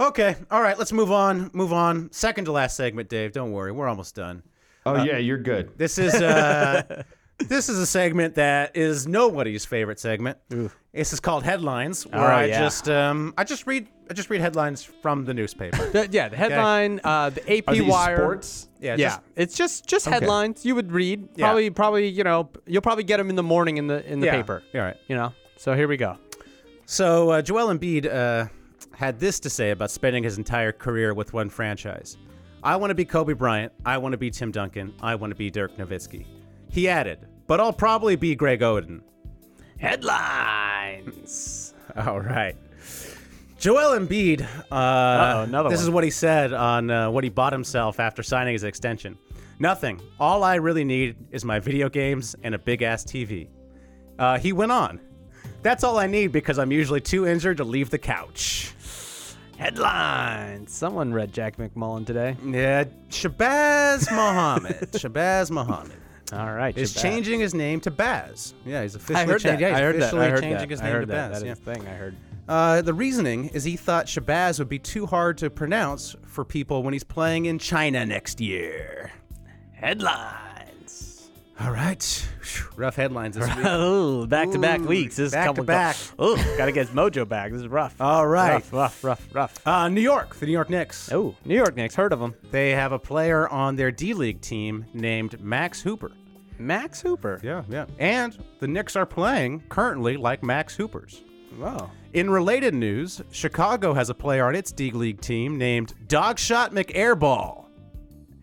G: Okay. All right. Let's move on. Move on. Second to last segment, Dave. Don't worry. We're almost done.
I: Oh yeah, you're good.
G: This is uh, this is a segment that is nobody's favorite segment. This is called headlines, where
H: Oh,
G: I
H: yeah.
G: just um, I just read I just read headlines from the newspaper.
H: The- yeah, the headline, uh, the AP
I: Are these
H: wire.
I: sports?
G: Yeah,
H: yeah,
G: just-
H: it's just just headlines you would read.
G: Yeah.
H: Probably, probably you know you'll probably get them in the morning in the in the
G: Yeah.
H: paper.
G: Yeah, right.
H: You know, so here we go.
G: So uh, Joel Embiid uh, had this to say about spending his entire career with one franchise. I want to be Kobe Bryant. I want to be Tim Duncan. I want to be Dirk Nowitzki. He added, but I'll probably be Greg Oden.
H: Headlines.
G: All right. Joel Embiid. Uh,
H: another
G: This
H: one.
G: is what he said on uh, what he bought himself after signing his extension. Nothing. All I really need is my video games and a big ass TV. Uh, he went on. That's all I need because I'm usually too injured to leave the couch.
H: Headlines. Someone read Jack McMullen today.
G: Yeah, Shabazz Muhammad. Shabazz Muhammad
H: All right,
G: is
H: Shabazz.
G: changing his name to Baz. Yeah, he's officially
H: I heard that.
G: changed. Yeah, he's
H: I heard that.
G: officially
H: I heard
G: changing
H: that.
G: his
H: I
G: name
H: heard
G: to
H: that.
G: Baz.
H: That
G: yeah.
H: is the thing I heard.
G: Uh, the reasoning is he thought Shabazz would be too hard to pronounce for people when he's playing in China next year.
H: Headlines.
G: All right. Phew, Rough headlines this week.
H: Oh, back to back
G: Ooh,
H: weeks. This
G: back to
H: couple
G: back.
H: Oh, gotta get his mojo back. This is rough.
G: All right.
H: rough, rough, rough, rough.
G: Uh, New York, the New York Knicks.
H: Oh, New York Knicks. Heard of him?
G: They have a player on their D League team named Max Hooper.
H: Max Hooper.
G: Yeah, yeah. And the Knicks are playing currently like Max Hooper's.
H: Wow.
G: In related news, Chicago has a player on its D League team named Dogshot McAirball.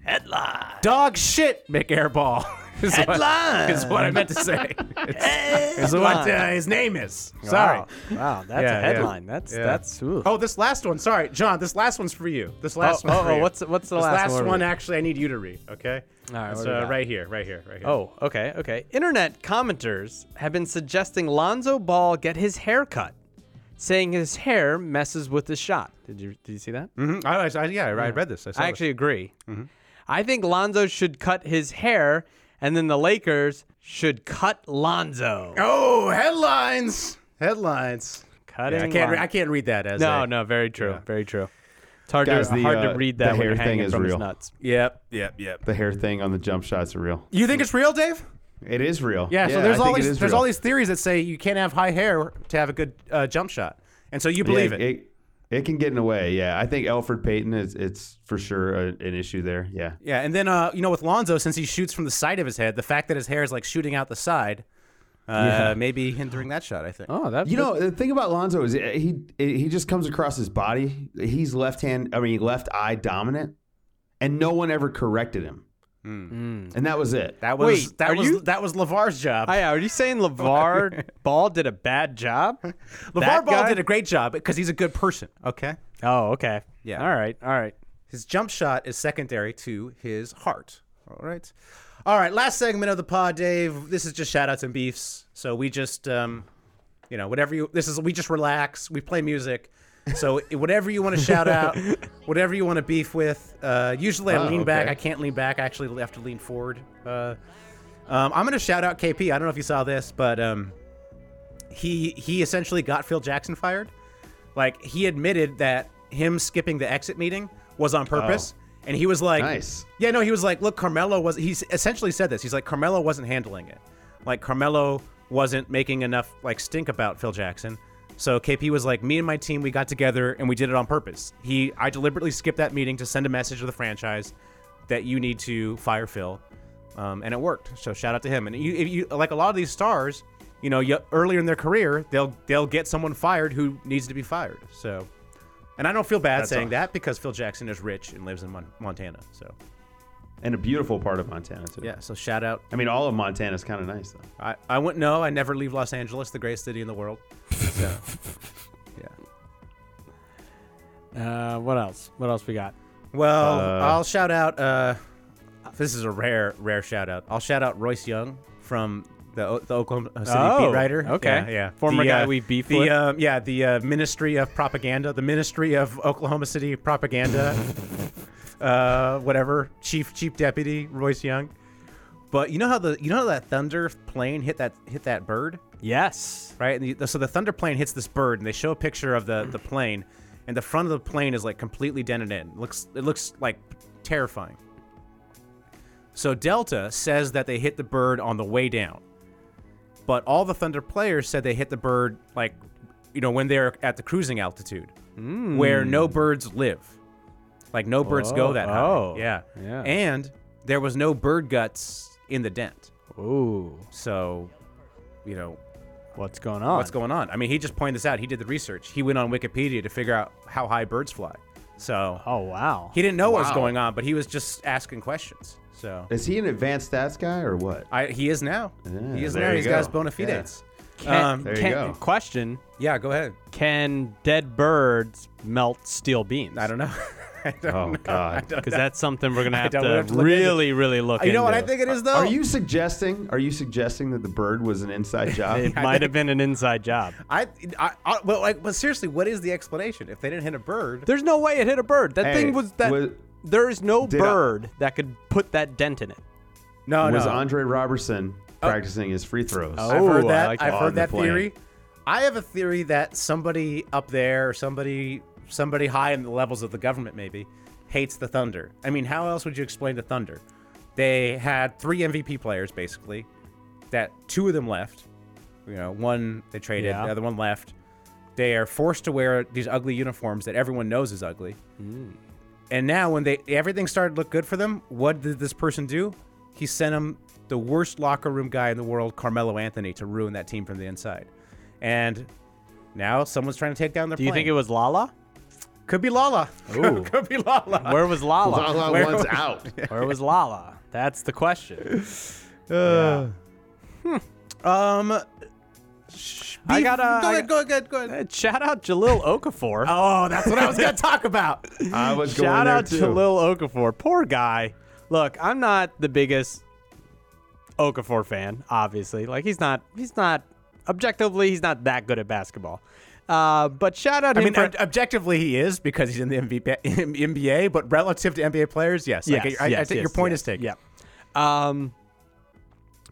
G: Headline. Dog shit McAirball. is Headline. What, is what I meant to say. It's- is what uh, his name is. Sorry.
H: Wow. Wow,
G: Yeah,
H: that's a
G: yeah.
H: headline. That's
G: Yeah.
H: that's. Ooh.
G: Oh, this last one. Sorry, John. This last one's for you. This last
H: Oh,
G: one.
H: oh,
G: for
H: oh,
G: you.
H: what's- what's the
G: this
H: last one
G: last
H: we're
G: one?
H: reading?
G: Actually, I need you to read. Okay.
H: All right,
G: It's,
H: what do we
G: uh,
H: got?
G: right here. Right here. Right here.
H: Oh, okay, okay. Internet commenters have been suggesting Lonzo Ball get his hair cut, saying his hair messes with his shot. Did you did you see that?
G: Mhm. I, I, yeah, I, I read this. I, saw
H: Hmm. I actually agree.
G: Mm-hmm.
H: I think Lonzo should cut his hair, and then the Lakers should cut Lonzo.
G: This. Oh, headlines. Headlines.
H: Cutting.
G: I can't. Re-
H: Lon-
G: I can't read that as.
H: No,
G: a-
H: no, very true, very true. It's hard,
I: Guys,
H: to,
I: the,
H: hard
I: uh,
H: to read
I: the
H: that when
I: hair
H: you're
I: thing
H: hanging
I: is
H: from
I: real.
H: his nuts.
G: Yep. Yep. Yep.
I: The hair thing on the jump shots are real.
G: You think it's real, Dave?
I: It is real.
G: Yeah. so there's
I: I
G: all
I: think it
G: these
I: is
G: there's
I: real.
G: all these theories that say you can't have high hair to have a good uh, jump shot, and so you believe
I: Yeah,
G: it.
I: it. It can get in the way. Yeah, I think Alfred Payton is it's for sure a, an issue there. Yeah.
G: Yeah, and then uh, you know with Lonzo, since he shoots from the side of his head, the fact that his hair is like shooting out the side, uh, maybe hindering that shot. I think.
H: Oh, that
I: You know, the thing about Lonzo is eh, he he just comes across his body. He's left hand, I mean, left eye dominant, and no one ever corrected him. And that was it.
G: Mm. That was
H: Wait,
G: that
H: are
G: was
H: you-
G: that was Lavar's job.
H: Hi, oh, are you saying LeVar Ball did a bad job?
G: Lavar
H: that
G: Ball
H: guy?
G: did a great job because he's a good person. Okay.
H: Oh, okay.
G: Yeah.
H: All right. All right.
G: His jump shot is secondary to his heart. All right. All right. Last segment of the pod, Dave. This is just shout outs and beefs. So we just, um, you know, whatever you, this is, we just relax. We play music. So whatever you want to shout out, whatever you want to beef with. Uh, usually I lean back.
I: okay.
G: I can't lean back. I actually have to lean forward. Uh, um, I'm going to shout out KP. I don't know if you saw this, but um, he he essentially got Phil Jackson fired. Like he admitted that him skipping the exit meeting was on purpose, and he was like,
I: Nice.
G: Yeah, no, he was like, look, Carmelo was. He essentially said this. He's like, Carmelo wasn't handling it. Like Carmelo wasn't making enough like stink about Phil Jackson. So KP was like, me and my team, we got together and we did it on purpose. He, I deliberately skipped that meeting to send a message to the franchise that you need to fire Phil, um, and it worked. So shout out to him. And you, if you like a lot of these stars, you know, you, earlier in their career, they'll they'll get someone fired who needs to be fired. So, and I don't feel bad saying that because Phil Jackson is rich and lives in Mon- Montana. So
I: And a beautiful part of Montana too.
G: yeah, so shout out.
I: I mean, all of Montana's kind of nice though.
G: I I wouldn't know. I never leave Los Angeles, the greatest city in the world. So, yeah.
H: Uh, what else? What else we got?
G: Well,
I: Uh,
G: I'll shout out. Uh, this is a rare, rare shout out. I'll shout out Royce Young from the, O- the Oklahoma City
H: Oh,
G: beat writer.
H: okay.
G: yeah, yeah.
H: Former
G: The,
H: guy
G: uh,
H: we beef
G: the,
H: with.
G: um, yeah, the uh, Ministry of Propaganda, the Ministry of Oklahoma City Propaganda, uh, whatever. Chief Chief Deputy Royce Young. But you know how the you know how that thunder plane hit that hit that bird
H: Yes.
G: right? And the, so the thunder plane hits this bird, and they show a picture of the
H: Mm.
G: the plane, and the front of the plane is like completely dented in. looks It looks like terrifying. So Delta says that they hit the bird on the way down, but all the Thunder players said they hit the bird like, you know, when they're at the cruising altitude,
H: Hmm.
G: where no birds live, like no birds
H: Oh,
G: go that high.
H: oh,
G: yeah,
H: yeah.
G: And there was no bird guts in the dent,
H: Ooh.
G: so, you know,
H: What's going on?
G: what's going on. I mean, he just pointed this out. He did the research. He went on Wikipedia to figure out how high birds fly. So
H: Oh wow.
G: he didn't know what was
I: Wow.
G: going on, but he was just asking questions. So
I: Is he an advanced stats guy or what?
G: I, he is now. he is
I: there
G: now.
I: you
G: He's got his
I: go.
G: bona
I: Yeah.
G: fides.
H: Can,
G: Um,
I: There you
H: can-
I: go.
H: Question:
G: yeah, go ahead.
H: Can dead birds melt steel beams?
G: I don't know. I don't
I: Oh
G: know.
I: God!
H: Because that's something we're gonna have
G: don't-
H: to,
G: we have to look into.
H: really, really look.
G: You know what I
H: into.
G: think it is though.
I: Are you suggesting? Are you suggesting that the bird was an inside job?
H: It might have been an inside job.
G: I, I, I well, like, but seriously, what is the explanation? If they didn't hit a bird,
H: There's no way it hit a bird. That
I: Hey,
H: thing was that.
I: was-
H: there is no
I: Did I-
H: bird that could put that dent in it.
G: no,
I: was Andre Robertson practicing his free throws?
G: I've heard
H: Oh, Oh, I
G: that.
H: like
G: I've
I: that. On
G: heard
I: the
G: that
I: plane.
G: theory. I have a theory that somebody up there, or somebody, somebody high in the levels of the government, maybe, hates the Thunder. I mean, how else would you explain the Thunder? They had three MVP players basically. That two of them left. You know, one they traded,
H: Yeah.
G: the other one left. They are forced to wear these ugly uniforms that everyone knows is ugly. And now, when they everything started to look good for them, what did this person do? He sent him the worst locker room guy in the world, Carmelo Anthony, to ruin that team from the inside. And now someone's trying to take down their.
H: Do you think it
G: plane.
H: was Lala?
G: could be Lala?
H: Ooh.
G: could be Lala.
H: Where was Lala?
I: Lala
G: Where-
I: wants out.
H: Where was Lala? That's the question. Hmm.
G: Um,
H: I got a.
G: go ahead, go ahead, go ahead.
H: Shout out Jalil Okafor.
G: Oh, that's what I was gonna talk about.
I: I was going
H: Shout
I: there
H: out
I: too.
H: to Lil Okafor. Poor guy. Look, I'm not the biggest Okafor fan, obviously. Like he's not he's not objectively he's not that good at basketball. Uh, but shout out
G: I
H: him
G: mean,
H: for,
G: ob- objectively, he is because he's in the MVP, NBA, but relative to NBA players, yes. I, get- I, I think your point is taken.
H: Yeah. Um,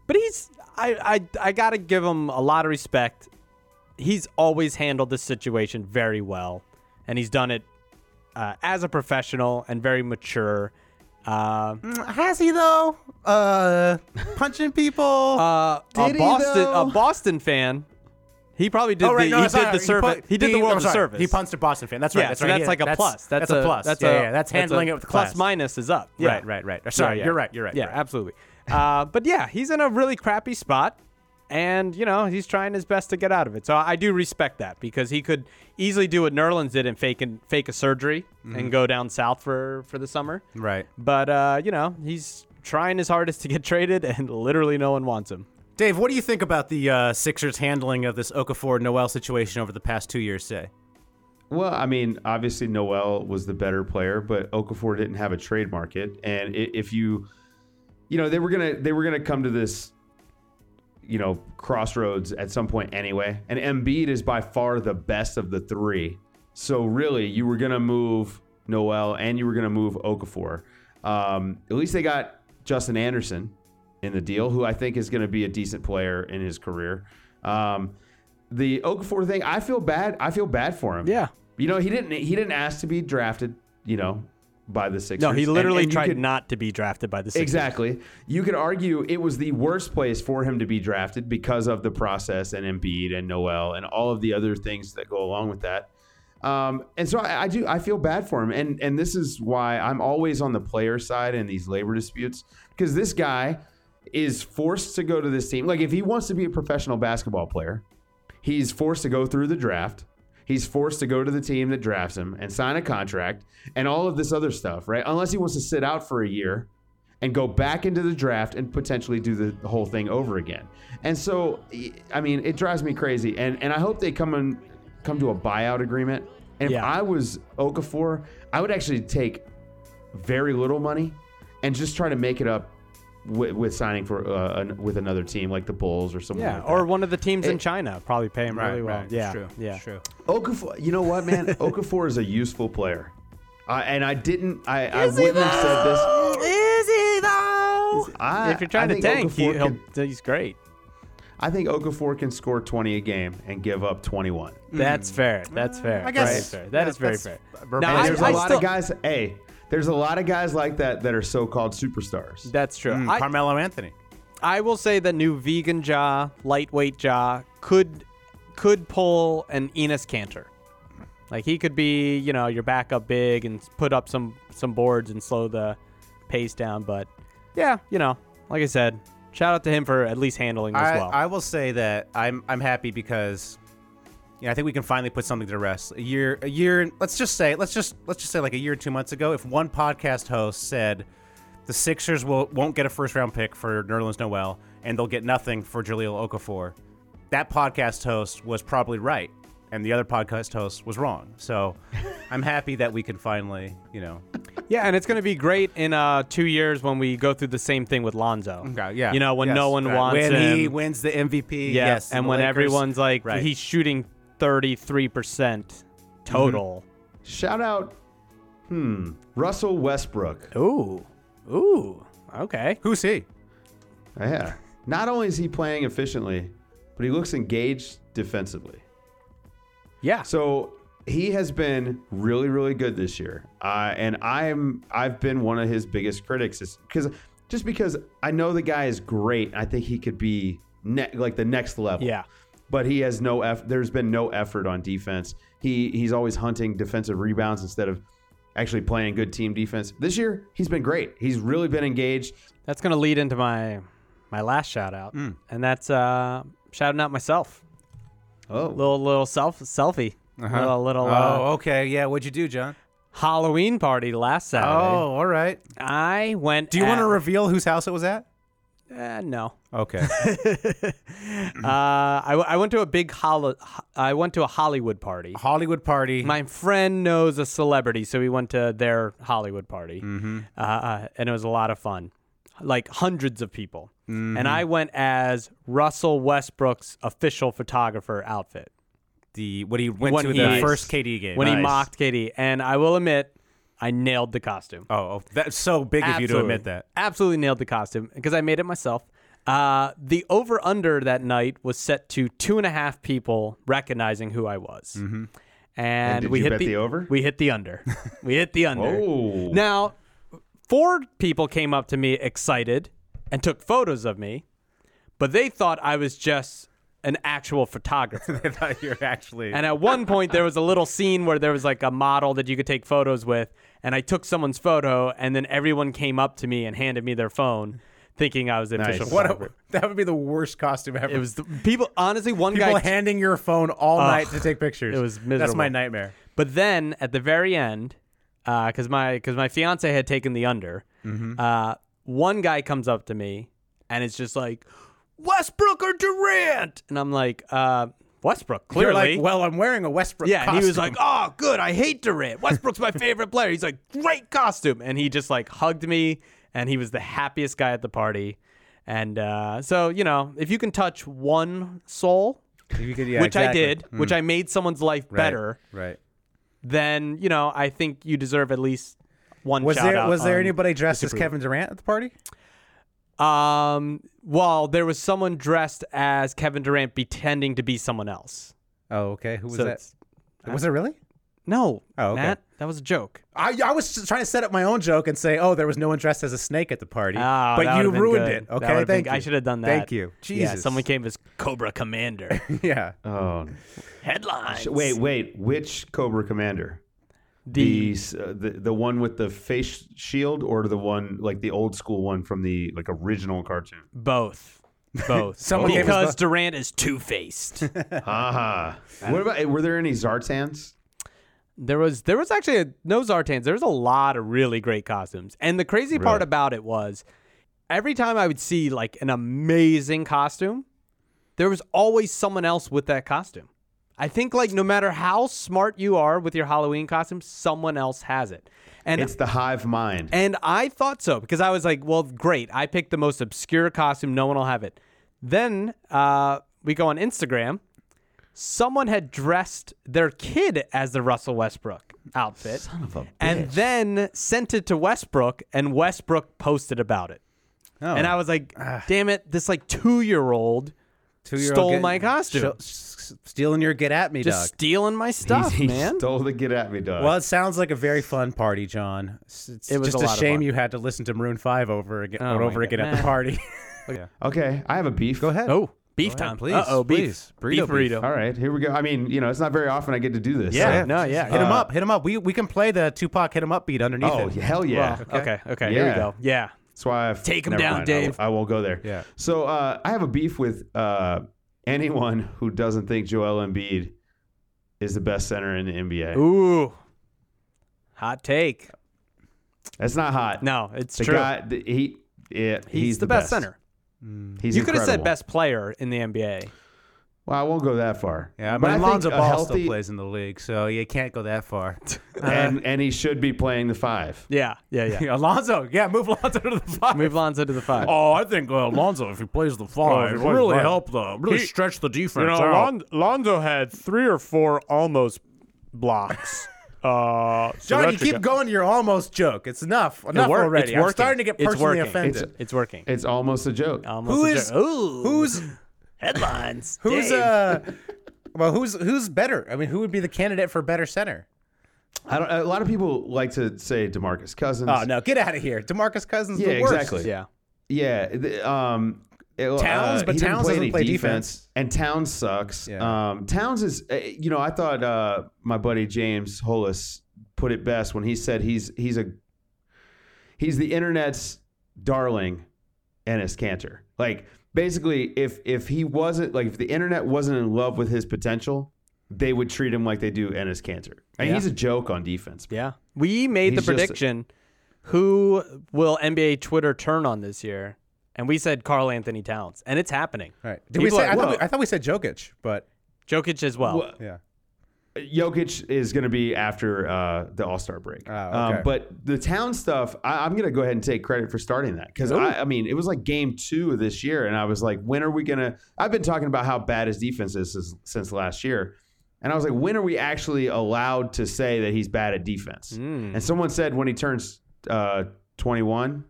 H: but he's I I I gotta give him a lot of respect. He's always handled this situation very well, and he's done it uh, as a professional and very mature. Uh,
G: Has he though? Uh, punching people.
H: uh, a
G: Did he,
H: Boston a
G: though?
H: Boston fan. He probably did
G: oh, right,
H: the
G: no,
H: he
G: sorry,
H: did the service.
G: pun-
H: He, did the world
G: I'm
H: a
G: sorry,
H: service.
G: He punched a Boston fan. That's right.
H: yeah,
G: that's
H: so
G: right.
H: that's
G: yeah,
H: like a plus. That's,
G: a, plus.
H: That's
G: yeah,
H: a,
G: yeah, that's
H: a
G: handling it with class.
H: Plus minus is up. Yeah.
G: Right, right, right. Sorry, you're right, you're right,
H: Yeah,
G: you're right.
H: absolutely. Uh, but yeah, he's in a really crappy spot, and you know he's trying his best to get out of it. So I do respect that because he could easily do what Nerlens did and fake and fake a surgery and go down south for for the summer.
G: Mm-hmm. Right.
H: But uh, you know he's trying his hardest to get traded, and literally no one wants him.
G: Dave, what do you think about the uh, Sixers handling of this Okafor Noel situation over the past two years? Say,
I: Well, I mean, obviously Noel was the better player, but Okafor didn't have a trade market, and i- if you, you know, they were gonna they were gonna come to this, you know, crossroads at some point anyway. And Embiid is by far the best of the three, so really you were gonna move Noel and you were gonna move Okafor. Um, at least they got Justin Anderson in the deal, who I think is gonna be a decent player in his career. Um, the Okafor thing, I feel bad. I feel bad for him.
H: Yeah.
I: You know, he didn't he didn't ask to be drafted, you know, by the Sixers.
H: No, he
I: And-
H: literally
I: and you
H: tried
I: could-
H: not to be drafted by the Sixers.
I: Exactly. You could argue it was the worst place for him to be drafted because of the process and Embiid and Noel and all of the other things that go along with that. Um, and so I, I do I feel bad for him, and and this is why I'm always on the player side in these labor disputes because this guy is forced to go to this team. Like if he wants to be a professional basketball player, he's forced to go through the draft. He's forced to go to the team that drafts him and sign a contract and all of this other stuff, right? Unless he wants to sit out for a year and go back into the draft and potentially do the the whole thing over again. And so, I mean, it drives me crazy. And and I hope they come and come to a buyout agreement. And
H: Yeah.
I: if I was Okafor, I would actually take very little money and just try to make it up with, with signing for uh, an, with another team like the Bulls or someone.
H: Yeah,
I: like
H: or
I: that.
H: one of the teams in China probably pay him
G: Right,
H: really well.
G: right.
H: Yeah,
G: It's true.
H: yeah,
G: It's true.
I: Okafor. You know what, man? Okafor is a useful player. I and I didn't. I, I wouldn't have said this.
H: Is he though?
I: I-
H: if you're trying
I: I
H: to
I: think
H: tank, he,
I: Okafor
H: he'll, he's great.
I: I think Okafor can score 20 a game and give up 21.
H: That's fair. That's fair.
G: I guess-
H: That is fair. That
G: yeah,
H: is very
G: that's-
H: fair.
G: uh,
H: Now,
I: And
H: Mm. I-
I: there's a
H: I
I: lot
H: still-
I: of guys. Hey, there's a lot of guys like that that are so-called superstars.
H: That's true.
G: Mm,
H: I,
G: Carmelo Anthony.
H: I will say the new vegan jaw, lightweight jaw could could pull an Enos Cantor. Like he could be, you know, your backup big and put up some some boards and slow the pace down. But yeah, you know, like I said, shout out to him for at least handling as
G: I,
H: well.
G: I will say that I'm I'm happy because you know, I think we can finally put something to rest. A year a year let's just say let's just let's just say like a year or two months ago, if one podcast host said the Sixers will won't get a first round pick for Nerlens Noel and they'll get nothing for Jaleel Okafor, that podcast host was probably right. And the other podcast host was wrong. So I'm happy that we can finally, you know,
H: yeah, and it's going to be great in uh, two years when we go through the same thing with Lonzo. You know, when
G: Yes.
H: no one
G: Right.
H: wants
G: when
H: him.
G: he wins the MVP.
H: Yeah,
G: Yes,
H: and
G: the
H: when
G: Lakers-
H: everyone's like,
G: Right.
H: he's shooting 33% total.
I: Shout out, hmm, Russell Westbrook.
H: Ooh. Ooh. Okay.
G: who's he?
I: Yeah. Not only is he playing efficiently, but he looks engaged defensively.
H: Yeah.
I: So he has been really, really good this year, uh, and I'm I've been one of his biggest critics because just because I know the guy is great, I think he could be ne- like the next level.
H: Yeah.
I: But he has no eff- there's been no effort on defense. He he's always hunting defensive rebounds instead of actually playing good team defense. This year he's been great. He's really been engaged.
H: That's going to lead into my my last shout out.
G: Mm.
H: And that's uh shouting out myself.
I: Oh,
H: Little little self selfie. Little little uh,
G: oh, okay. Yeah, what'd you do, John?
H: Halloween party last Saturday.
G: Oh, all right.
H: I went
G: Do you want to
H: at-
G: reveal whose house it was at?
H: uh, no.
G: Okay.
H: Uh, I, w- I went to a big holo- ho- I went to a Hollywood party.
G: Hollywood party.
H: My friend knows a celebrity, so we went to their Hollywood party, mm-hmm. uh, and it was a lot of fun. Like hundreds of people,
G: Mm-hmm.
H: and I went as Russell Westbrook's official photographer outfit
G: the what he went
H: When
G: to
H: he-
G: the first KD game.
H: when he
I: Nice.
H: mocked Katie. And I will admit, I nailed the costume.
G: oh, oh, that's so big of you to admit that.
H: Absolutely nailed the costume because I made it myself. Uh, the over under that night was set to two and a half people recognizing who I was. Mm-hmm. And,
I: did
H: we
I: you
H: hit
I: bet the over?
H: We hit the under. we hit the under.
I: Whoa.
H: Now, four people came up to me excited and took photos of me, but they thought I was just an actual photographer.
G: I thought you were actually.
H: And at one point, there was a little scene where there was like a model that you could take photos with. And I took someone's photo, and then everyone came up to me and handed me their phone, thinking I was the official.
G: what a,
H: photographer.
G: that would be the worst costume ever.
H: it was the, people. Honestly, one
G: people
H: guy.
G: handing your phone all night to take pictures.
H: it was
G: That's my
H: miserable.
G: nightmare.
H: but then at the very end, because my because my fiance had taken the under,
G: Mm-hmm.
H: uh, one guy comes up to me and it's just like Westbrook or Durant, and I'm like uh, Westbrook
G: You're
H: clearly.
G: like, well, I'm wearing a Westbrook.
H: Yeah, and he was like,
G: costume."
H: "Oh, good. I hate Durant. Westbrook's my favorite player." He's like, "Great costume," and he just like hugged me, and he was the happiest guy at the party. And uh, so, you know, if you can touch one soul,
G: You could- yeah,
H: which
G: exactly. Hmm. Mm,
H: I did, which I made someone's life
G: Right,
H: better,
G: Right.
H: then you know, I think you deserve at least one.
G: Was
H: shout
G: there
H: out
G: was there
H: on-
G: anybody dressed as Kevin Durant at the party?
H: Um, well, there was someone dressed as Kevin Durant pretending to be someone else.
G: Oh, okay. Who was
H: So
G: that?
H: it's-
G: uh, Was it really?
H: No,
G: Oh, okay.
H: Matt, that was a joke.
G: I, I was just trying to set up my own joke and say, oh, there was no one dressed as a snake at the party,
H: Ah, that
G: but you
H: would've been
G: ruined
H: good.
G: it.
H: That
G: Okay,
H: would've been-
G: thank you.
H: I should have done that.
G: Thank you.
H: Yeah,
G: Jesus.
H: someone came Uh, as Cobra Commander.
G: Yeah.
I: Oh,
H: Headlines.
I: wait, wait. Which Cobra Commander? the
H: the
I: s- uh, the the one with the face shield or the one like the old school one from the like original cartoon.
H: both, both.
G: Someone gave us
H: because
G: both.
H: Durant is two faced.
I: Aha. What about eh, were there any Zartans?
H: there was there was actually a, no Zartans. There was a lot of really great costumes, and the crazy part about it was every time I would see like an amazing costume, there was always someone else with that costume. I think like no matter how smart you are with your Halloween costume, someone else has it. And
I: It's the hive mind.
H: and I thought so because I was like, well, great. I picked the most obscure costume. No one will have it. Then uh, we go on Instagram. Someone had dressed their kid as the Russell Westbrook outfit and then sent it to Westbrook, and Westbrook posted about it. And I was like, damn it, this like two year old
G: Two-year-old
H: stole
G: getting-
H: my costume.
G: sho- s- s- stealing your get at me,
H: just
G: dog.
H: stealing my stuff,
I: he
H: man.
I: stole the get at me dog.
G: Well, it sounds like a very fun party, John. It's, it's
H: It was
G: just
H: a
G: a,
H: lot of
G: shame
H: fun.
G: you had to listen to Maroon Five over again,
H: Oh my
G: over again
H: God.
G: at the party.
I: Okay, I have a beef. Go ahead.
H: Oh, beef time,
G: please,
H: Uh oh, beef.
G: please. Burrito
H: beef burrito.
I: All right, here we go. I mean, you know, it's not very often I get to do this. so-
H: no, yeah. Uh,
G: Hit him up, hit him up. We we can play the Tupac hit him up beat underneath
I: Oh,
G: it.
I: hell yeah.
H: Okay, okay, here
I: Yeah.
H: we go. Yeah.
I: That's why I've
H: Take 'em
I: never
H: down,
I: mind. I
H: Dave.
I: won't- I, won't go there.
G: Yeah.
I: So uh, I have a beef with uh, anyone who doesn't think Joel Embiid is the best center in the NBA.
H: Ooh. Hot take.
I: That's not hot.
H: No, it's
I: the
H: true.
I: guy, the, he, yeah, he's,
H: he's, the, best, center.
I: He's
H: you could have said
I: incredible.
H: best player in the NBA.
I: Well, I won't go that far.
G: Yeah,
I: I
G: but,
I: think
G: Alonzo
I: a
G: Ball
I: healthy-
G: still plays in the league, so you can't go that far.
I: and and he should be playing the five.
H: Yeah, yeah, yeah.
G: Alonzo, yeah, move Alonzo to the five.
H: Move Lonzo to the five.
J: Oh, I think uh, Alonzo, if he plays the
A: if
J: five,
A: he
J: it'll
A: plays
J: really
A: the five.
J: help the really
A: He-
J: stretch the defense
A: You know,
J: out.
A: Lon- Lonzo had three or four almost blocks. uh, so
G: John,
A: that
G: you
A: should
G: keep
A: go-
G: going to your almost joke. It's enough. Enough
H: work-
G: already.
H: it's
G: I'm
H: working.
G: starting to get
H: It's
G: personally
H: working.
G: offended.
H: it's working.
I: It's almost a joke.
H: Almost
G: Who
H: a
G: is
H: joke. Ooh,
G: who's
H: headlines?
G: who's uh well who's who's better? I mean, who would be the candidate for better center?
I: I don't, a lot of people like to say DeMarcus Cousins.
H: Ah,
G: Oh no, get out of here. DeMarcus Cousins
I: Yeah,
G: the worst.
I: exactly.
H: yeah.
I: Yeah. th- um, it- uh,
G: Towns, but
I: he didn't
G: Towns
I: play
G: doesn't
I: any
G: play
I: and Towns sucks.
G: Yeah.
I: Um, Towns is, uh, you know, I thought uh, my buddy James Hollis put it best when he said he's he's a he's the internet's darling, Ennis Cantor. Like basically, if if he wasn't like if the internet wasn't in love with his potential, they would treat him like they do Ennis Cantor. And he's a joke on defense.
H: Yeah. We made the
I: He's just-
H: prediction who will NBA Twitter turn on this year, and we said Carl Anthony Towns, and it's happening.
G: Right. Did we
H: People
G: say
H: are-
G: I thought we,
I: whoa.
G: I thought we said Jokic, but
H: Jokic as well.
I: Well,
G: yeah.
I: Jokic is going to be after uh, the All Star break. Um,
G: Oh, okay.
I: but the town stuff, I, I'm going to go ahead and take credit for starting that because I, I mean, it was like game two of this year, and I was like, when are we going to? I've been talking about how bad his defense is since, since last year, and I was like, when are we actually allowed to say that he's bad at defense?
G: Mm-hmm.
H: Hmm.
I: And someone said when he turns uh, 21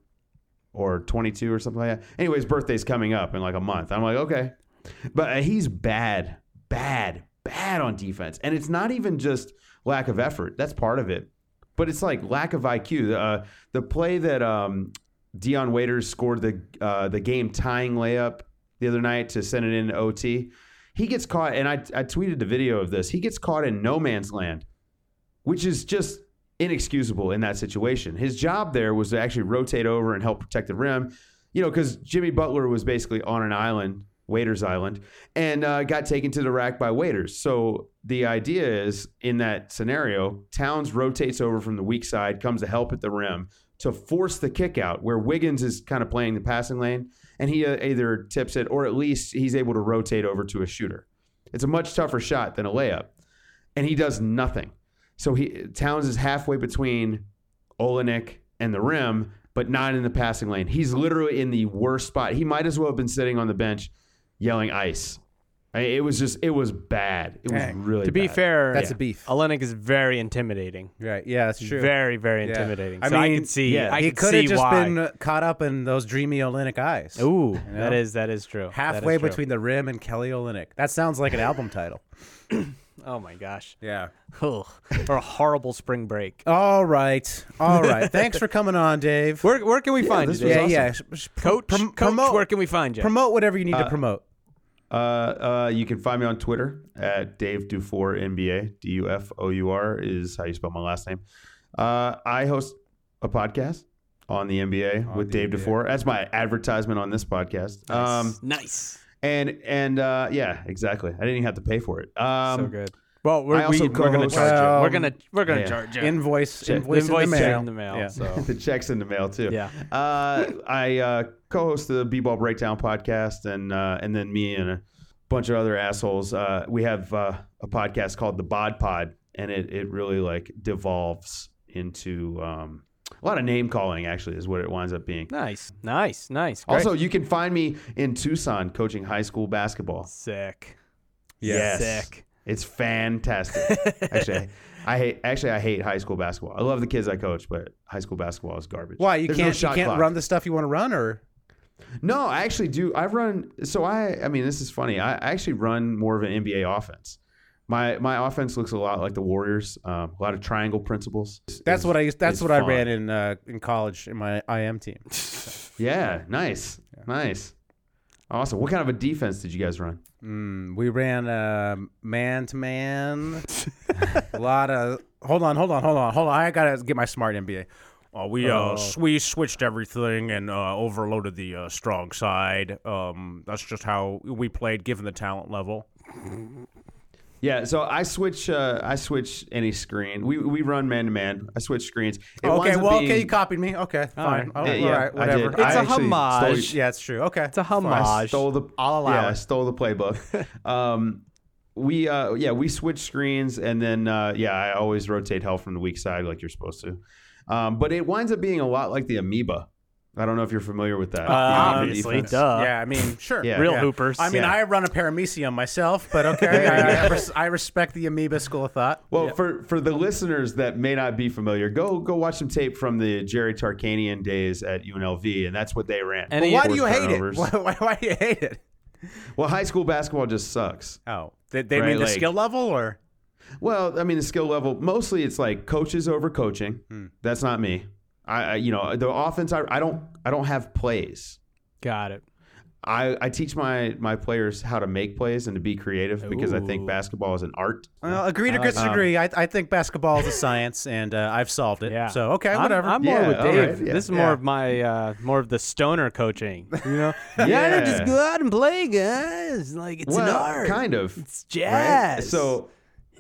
I: or 22 or something like that. Anyway, his birthday's coming up in like a month. I'm like, okay, but uh, he's bad, bad, bad on defense. And it's not even just lack of effort. That's part of it. But it's like lack of IQ. Uh, the play that um, Dion Waiters scored the uh, the game tying layup the other night to send it in to OT. He gets caught, and I, I tweeted the video of this. He gets caught in no man's land, which is just inexcusable in that situation. His job there was to actually rotate over and help protect the rim, you know, because Jimmy Butler was basically on an island, Waiters Island, and uh, got taken to the rack by Waiters. So the idea is in that scenario, Towns rotates over from the weak side, comes to help at the rim to force the kick out where Wiggins is kind of playing the passing lane and he uh, either tips it or at least he's able to rotate over to a shooter. It's a much tougher shot than a layup and he does nothing. So he Towns is halfway between Olenek and the rim, but not in the passing lane. He's literally in the worst spot. He might as well have been sitting on the bench yelling ice. I- It was just it was bad. It was really
H: to be
I: bad.
H: fair,
G: That's a beef.
H: Olenek is very intimidating.
G: Right. Yeah, that's true.
H: Very, very
G: Yeah.
H: intimidating.
G: I
H: so I
G: mean,
H: can see.
I: yeah,
H: I
G: he
H: could
G: could
H: see
G: have just
H: why.
G: been uh, caught up in those dreamy Olenek eyes.
H: Ooh, that is that is true. That is
G: Halfway
H: true.
G: between the rim and Kelly Olenek. That sounds like an album title.
H: Oh my gosh.
G: Yeah.
H: Ugh. or a horrible spring break.
G: All right. All right. Thanks for coming on, Dave.
H: Where where can we find you?
I: this
H: Dave?
I: was
G: yeah, yeah. Sh- sh-
H: Coach,
G: prom-
H: coach, where can we find you?
G: promote whatever you need to promote.
I: Uh, uh, you can find me on Twitter at Dave Dufour NBA. D U F O U R is how you spell my last name. Uh, I host a podcast on the NBA with Dave Dufour. That's my advertisement on this podcast. Um,
H: nice.
I: and and uh, yeah, exactly. I didn't even have to pay for it. Um,
H: so good. Well, we're,
I: I
H: we,
I: also
H: we're gonna
I: co-host-
H: charge you. We're
G: Um,
H: gonna we're gonna
I: yeah.
H: charge you.
G: Invoice, invoice,
H: Invoice
G: in the mail.
H: in the mail.
G: Yeah.
H: So
I: the checks in the mail too.
H: Yeah.
I: Uh, I uh, co-host the B-ball breakdown podcast, and uh, and then me and a bunch of other assholes. Uh, we have uh, a podcast called The Bod Pod, and it, it really like devolves into um, a lot of name calling. Actually, is what it winds up being.
H: Nice, nice, nice. Great.
I: Also, you can find me in Tucson coaching high school basketball.
H: sick.
I: Yes.
H: Sick.
I: It's fantastic. actually, I, I hate. Actually, I hate high school basketball. I love the kids I coach, but high school basketball is garbage.
G: Why you
I: There's no
G: can't
I: shot
G: you can't
I: clock.
G: run the stuff you want to run or
I: No, I actually do. I run. So I. I mean, this is funny. I, I actually run more of an NBA offense. My my offense looks a lot like the Warriors. Um, a lot of triangle principles.
G: that's
I: It's-
G: what I used- that's
I: it's
G: what I
I: fun.
G: ran in uh, in college in my IM team.
I: Yeah. Nice. Nice. Awesome. What kind of a defense did you guys run?
G: Mm, we ran uh, man to man. A lot of hold on, hold on, hold on, hold on. I gotta get my smart NBA.
J: Uh, we uh,
H: Oh.
J: s- we switched everything and uh, overloaded the uh, strong side. Um, that's just how we played, given the talent level.
I: Yeah, so I switch. Uh, I switch any screen. We we run man to man. I switch screens. It
G: okay,
I: winds up
G: well,
I: being-
G: okay, you copied me. Okay, fine. Oh, All
I: right. Yeah,
G: right,
I: yeah,
G: all right
I: I did.
G: whatever.
I: I
H: It's a
I: actually
H: homage.
I: stole-
G: yeah, it's true. Okay,
H: It's a
I: I
H: homage.
I: stole the.
H: I'll allow
I: yeah, I
H: it.
I: stole the playbook. um, we uh, yeah, we switch screens, and then uh, yeah, I always rotate hell from the weak side like you're supposed to. Um, but it winds up being a lot like the amoeba. I don't know if you're familiar with that. The amoeba
H: Uh, Obviously,
I: defense.
H: duh.
G: yeah, I mean, sure.
I: Yeah.
H: Real
I: Yeah.
H: hoopers.
G: I mean,
I: Yeah.
G: I run a paramecium myself, but okay, I, I, res- I respect the amoeba school of thought.
I: Well, for for the listeners that may not be familiar, go go watch some tape from the Jerry Tarkanian days at UNLV, and that's what they ran.
H: And
G: But
H: he-
G: why do you
I: forced
G: hate it?
I: turnovers.
G: Why, why, why do you hate it?
I: Well, high school basketball just sucks.
G: Oh, they, they
I: Right,
G: mean the
I: like-
G: skill level or
I: Well, I mean, the skill level mostly it's like coaches over coaching.
H: Hmm.
I: That's not me. I, I you know the offense. I, I don't I don't have plays.
H: Got it.
I: I, I teach my my players how to make plays and to be creative because I think basketball is an art.
G: Well, agree to disagree. I, I think basketball is a science, and uh, I've solved it.
H: Yeah.
G: So okay,
H: I'm-
G: whatever.
H: I'm, more
I: Yeah,
H: with
I: all
H: Dave.
I: right, yeah,
H: this is more
G: yeah.
H: of my uh, more of the stoner coaching. You know?
I: Yeah.
H: they just go out and play, guys. Like it's an
I: well,
H: art.
I: kind of.
H: It's jazz.
I: So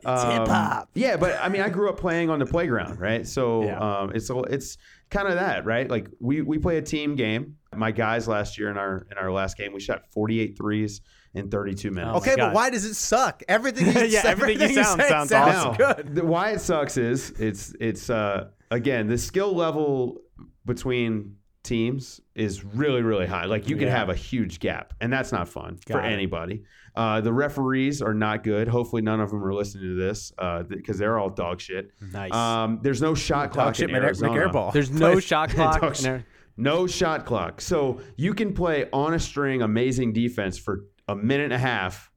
I: um,
H: hip-hop.
I: Yeah, but I mean, I grew up playing on the playground, right? So
H: Yeah.
I: um, it's a- it's kind of that, right? Like we we play a team game. My guys last year in our in our last game, we shot 48 threes in 32 minutes.
H: Oh my
G: okay, but
H: God.
G: why does it suck? Everything you
H: Yeah,
G: say-
H: everything you sound
G: say
H: sounds
I: Now,
H: awesome.
G: good.
I: the- why it sucks is it's it's uh, again the skill level between teams is really really high. Like you can have a huge gap, and that's not fun for
H: Got it.
I: anybody. Uh, the referees are not good. Hopefully, none of them are listening to this because they're all dog shit.
H: Nice.
I: Um, there's no shot clock
G: Oh, Shit,
I: in
G: make, make
I: Arizona.
G: air ball.
H: There's no shot clock.
I: Dog shit.
H: and everything.
I: No shot clock. So you can play on a string amazing defense for a minute and a half,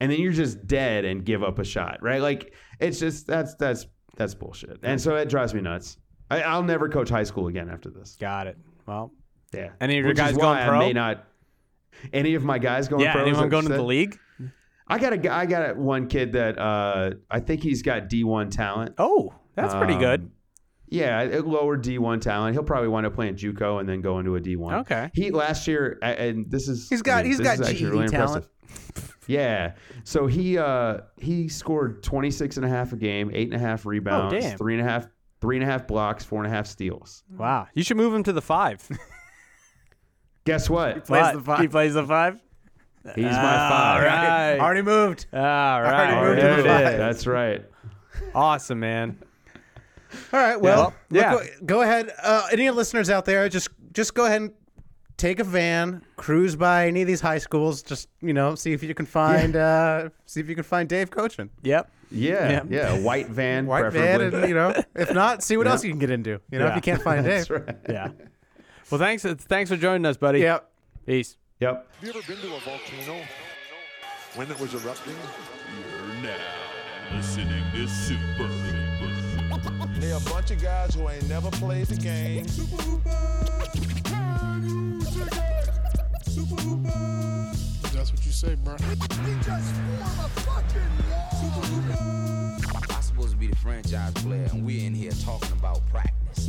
I: and then you're just dead and give up a shot, right? Like it's just that's that's that's bullshit. And so it drives me nuts. I, I'll never coach high school again after this.
H: Got it. Well,
I: Yeah.
H: Any of your
I: Which is
H: guys
I: why
H: going
I: I
H: pro?
I: may not. Any of my guys going
H: yeah.
I: pro? is
H: Anyone
I: that
H: going
I: what
H: to the
I: you said?
H: league?
I: I got a guy. I got a, one kid that uh, I think he's got D1 talent.
H: Oh, that's pretty good.
I: Um, Yeah, a lower D1 talent. He'll probably wind up playing JUCO and then go into a D1.
H: Okay.
I: He last year, a- and this is
G: He's got- he's
I: this
G: got
I: is actually
G: GED talent.
I: impressive. yeah, so he uh he scored 26 and a half a game, eight and a half rebounds,
H: damn.
I: three and a half three and a half blocks, four and a half steals.
H: Wow. You should move him to the five.
I: Guess what?
H: What? He plays the five.
I: He's my five.
H: All right.
G: Already moved.
H: All Ah, right.
G: Already moved to
I: There
G: the
I: it
G: five.
I: is. That's right.
H: Awesome, man.
G: All right. Well,
H: Yeah.
G: look, go ahead. Uh, any listeners out there, just just go ahead and take a van, cruise by any of these high schools. Just you know, see if you can find uh, see if you can find Dave coaching.
H: Yep.
I: Yeah,
H: Yeah.
I: yeah. White van,
G: White van,
I: preferably.
G: and you know, if not, see what else you can get into. You know, if
H: Yeah.
G: you can't find Dave.
I: That's right.
H: Yeah. Well, thanks. Thanks for joining us, buddy.
G: Yep.
H: Peace.
I: Yep.
B: Have you ever been to a volcano when it was erupting?
C: You're now listening to Super Hooper.
D: They a bunch of guys who ain't never played the game.
B: That's what you say, bro.
F: I'm supposed to be the franchise player, and we're in here talking about practice.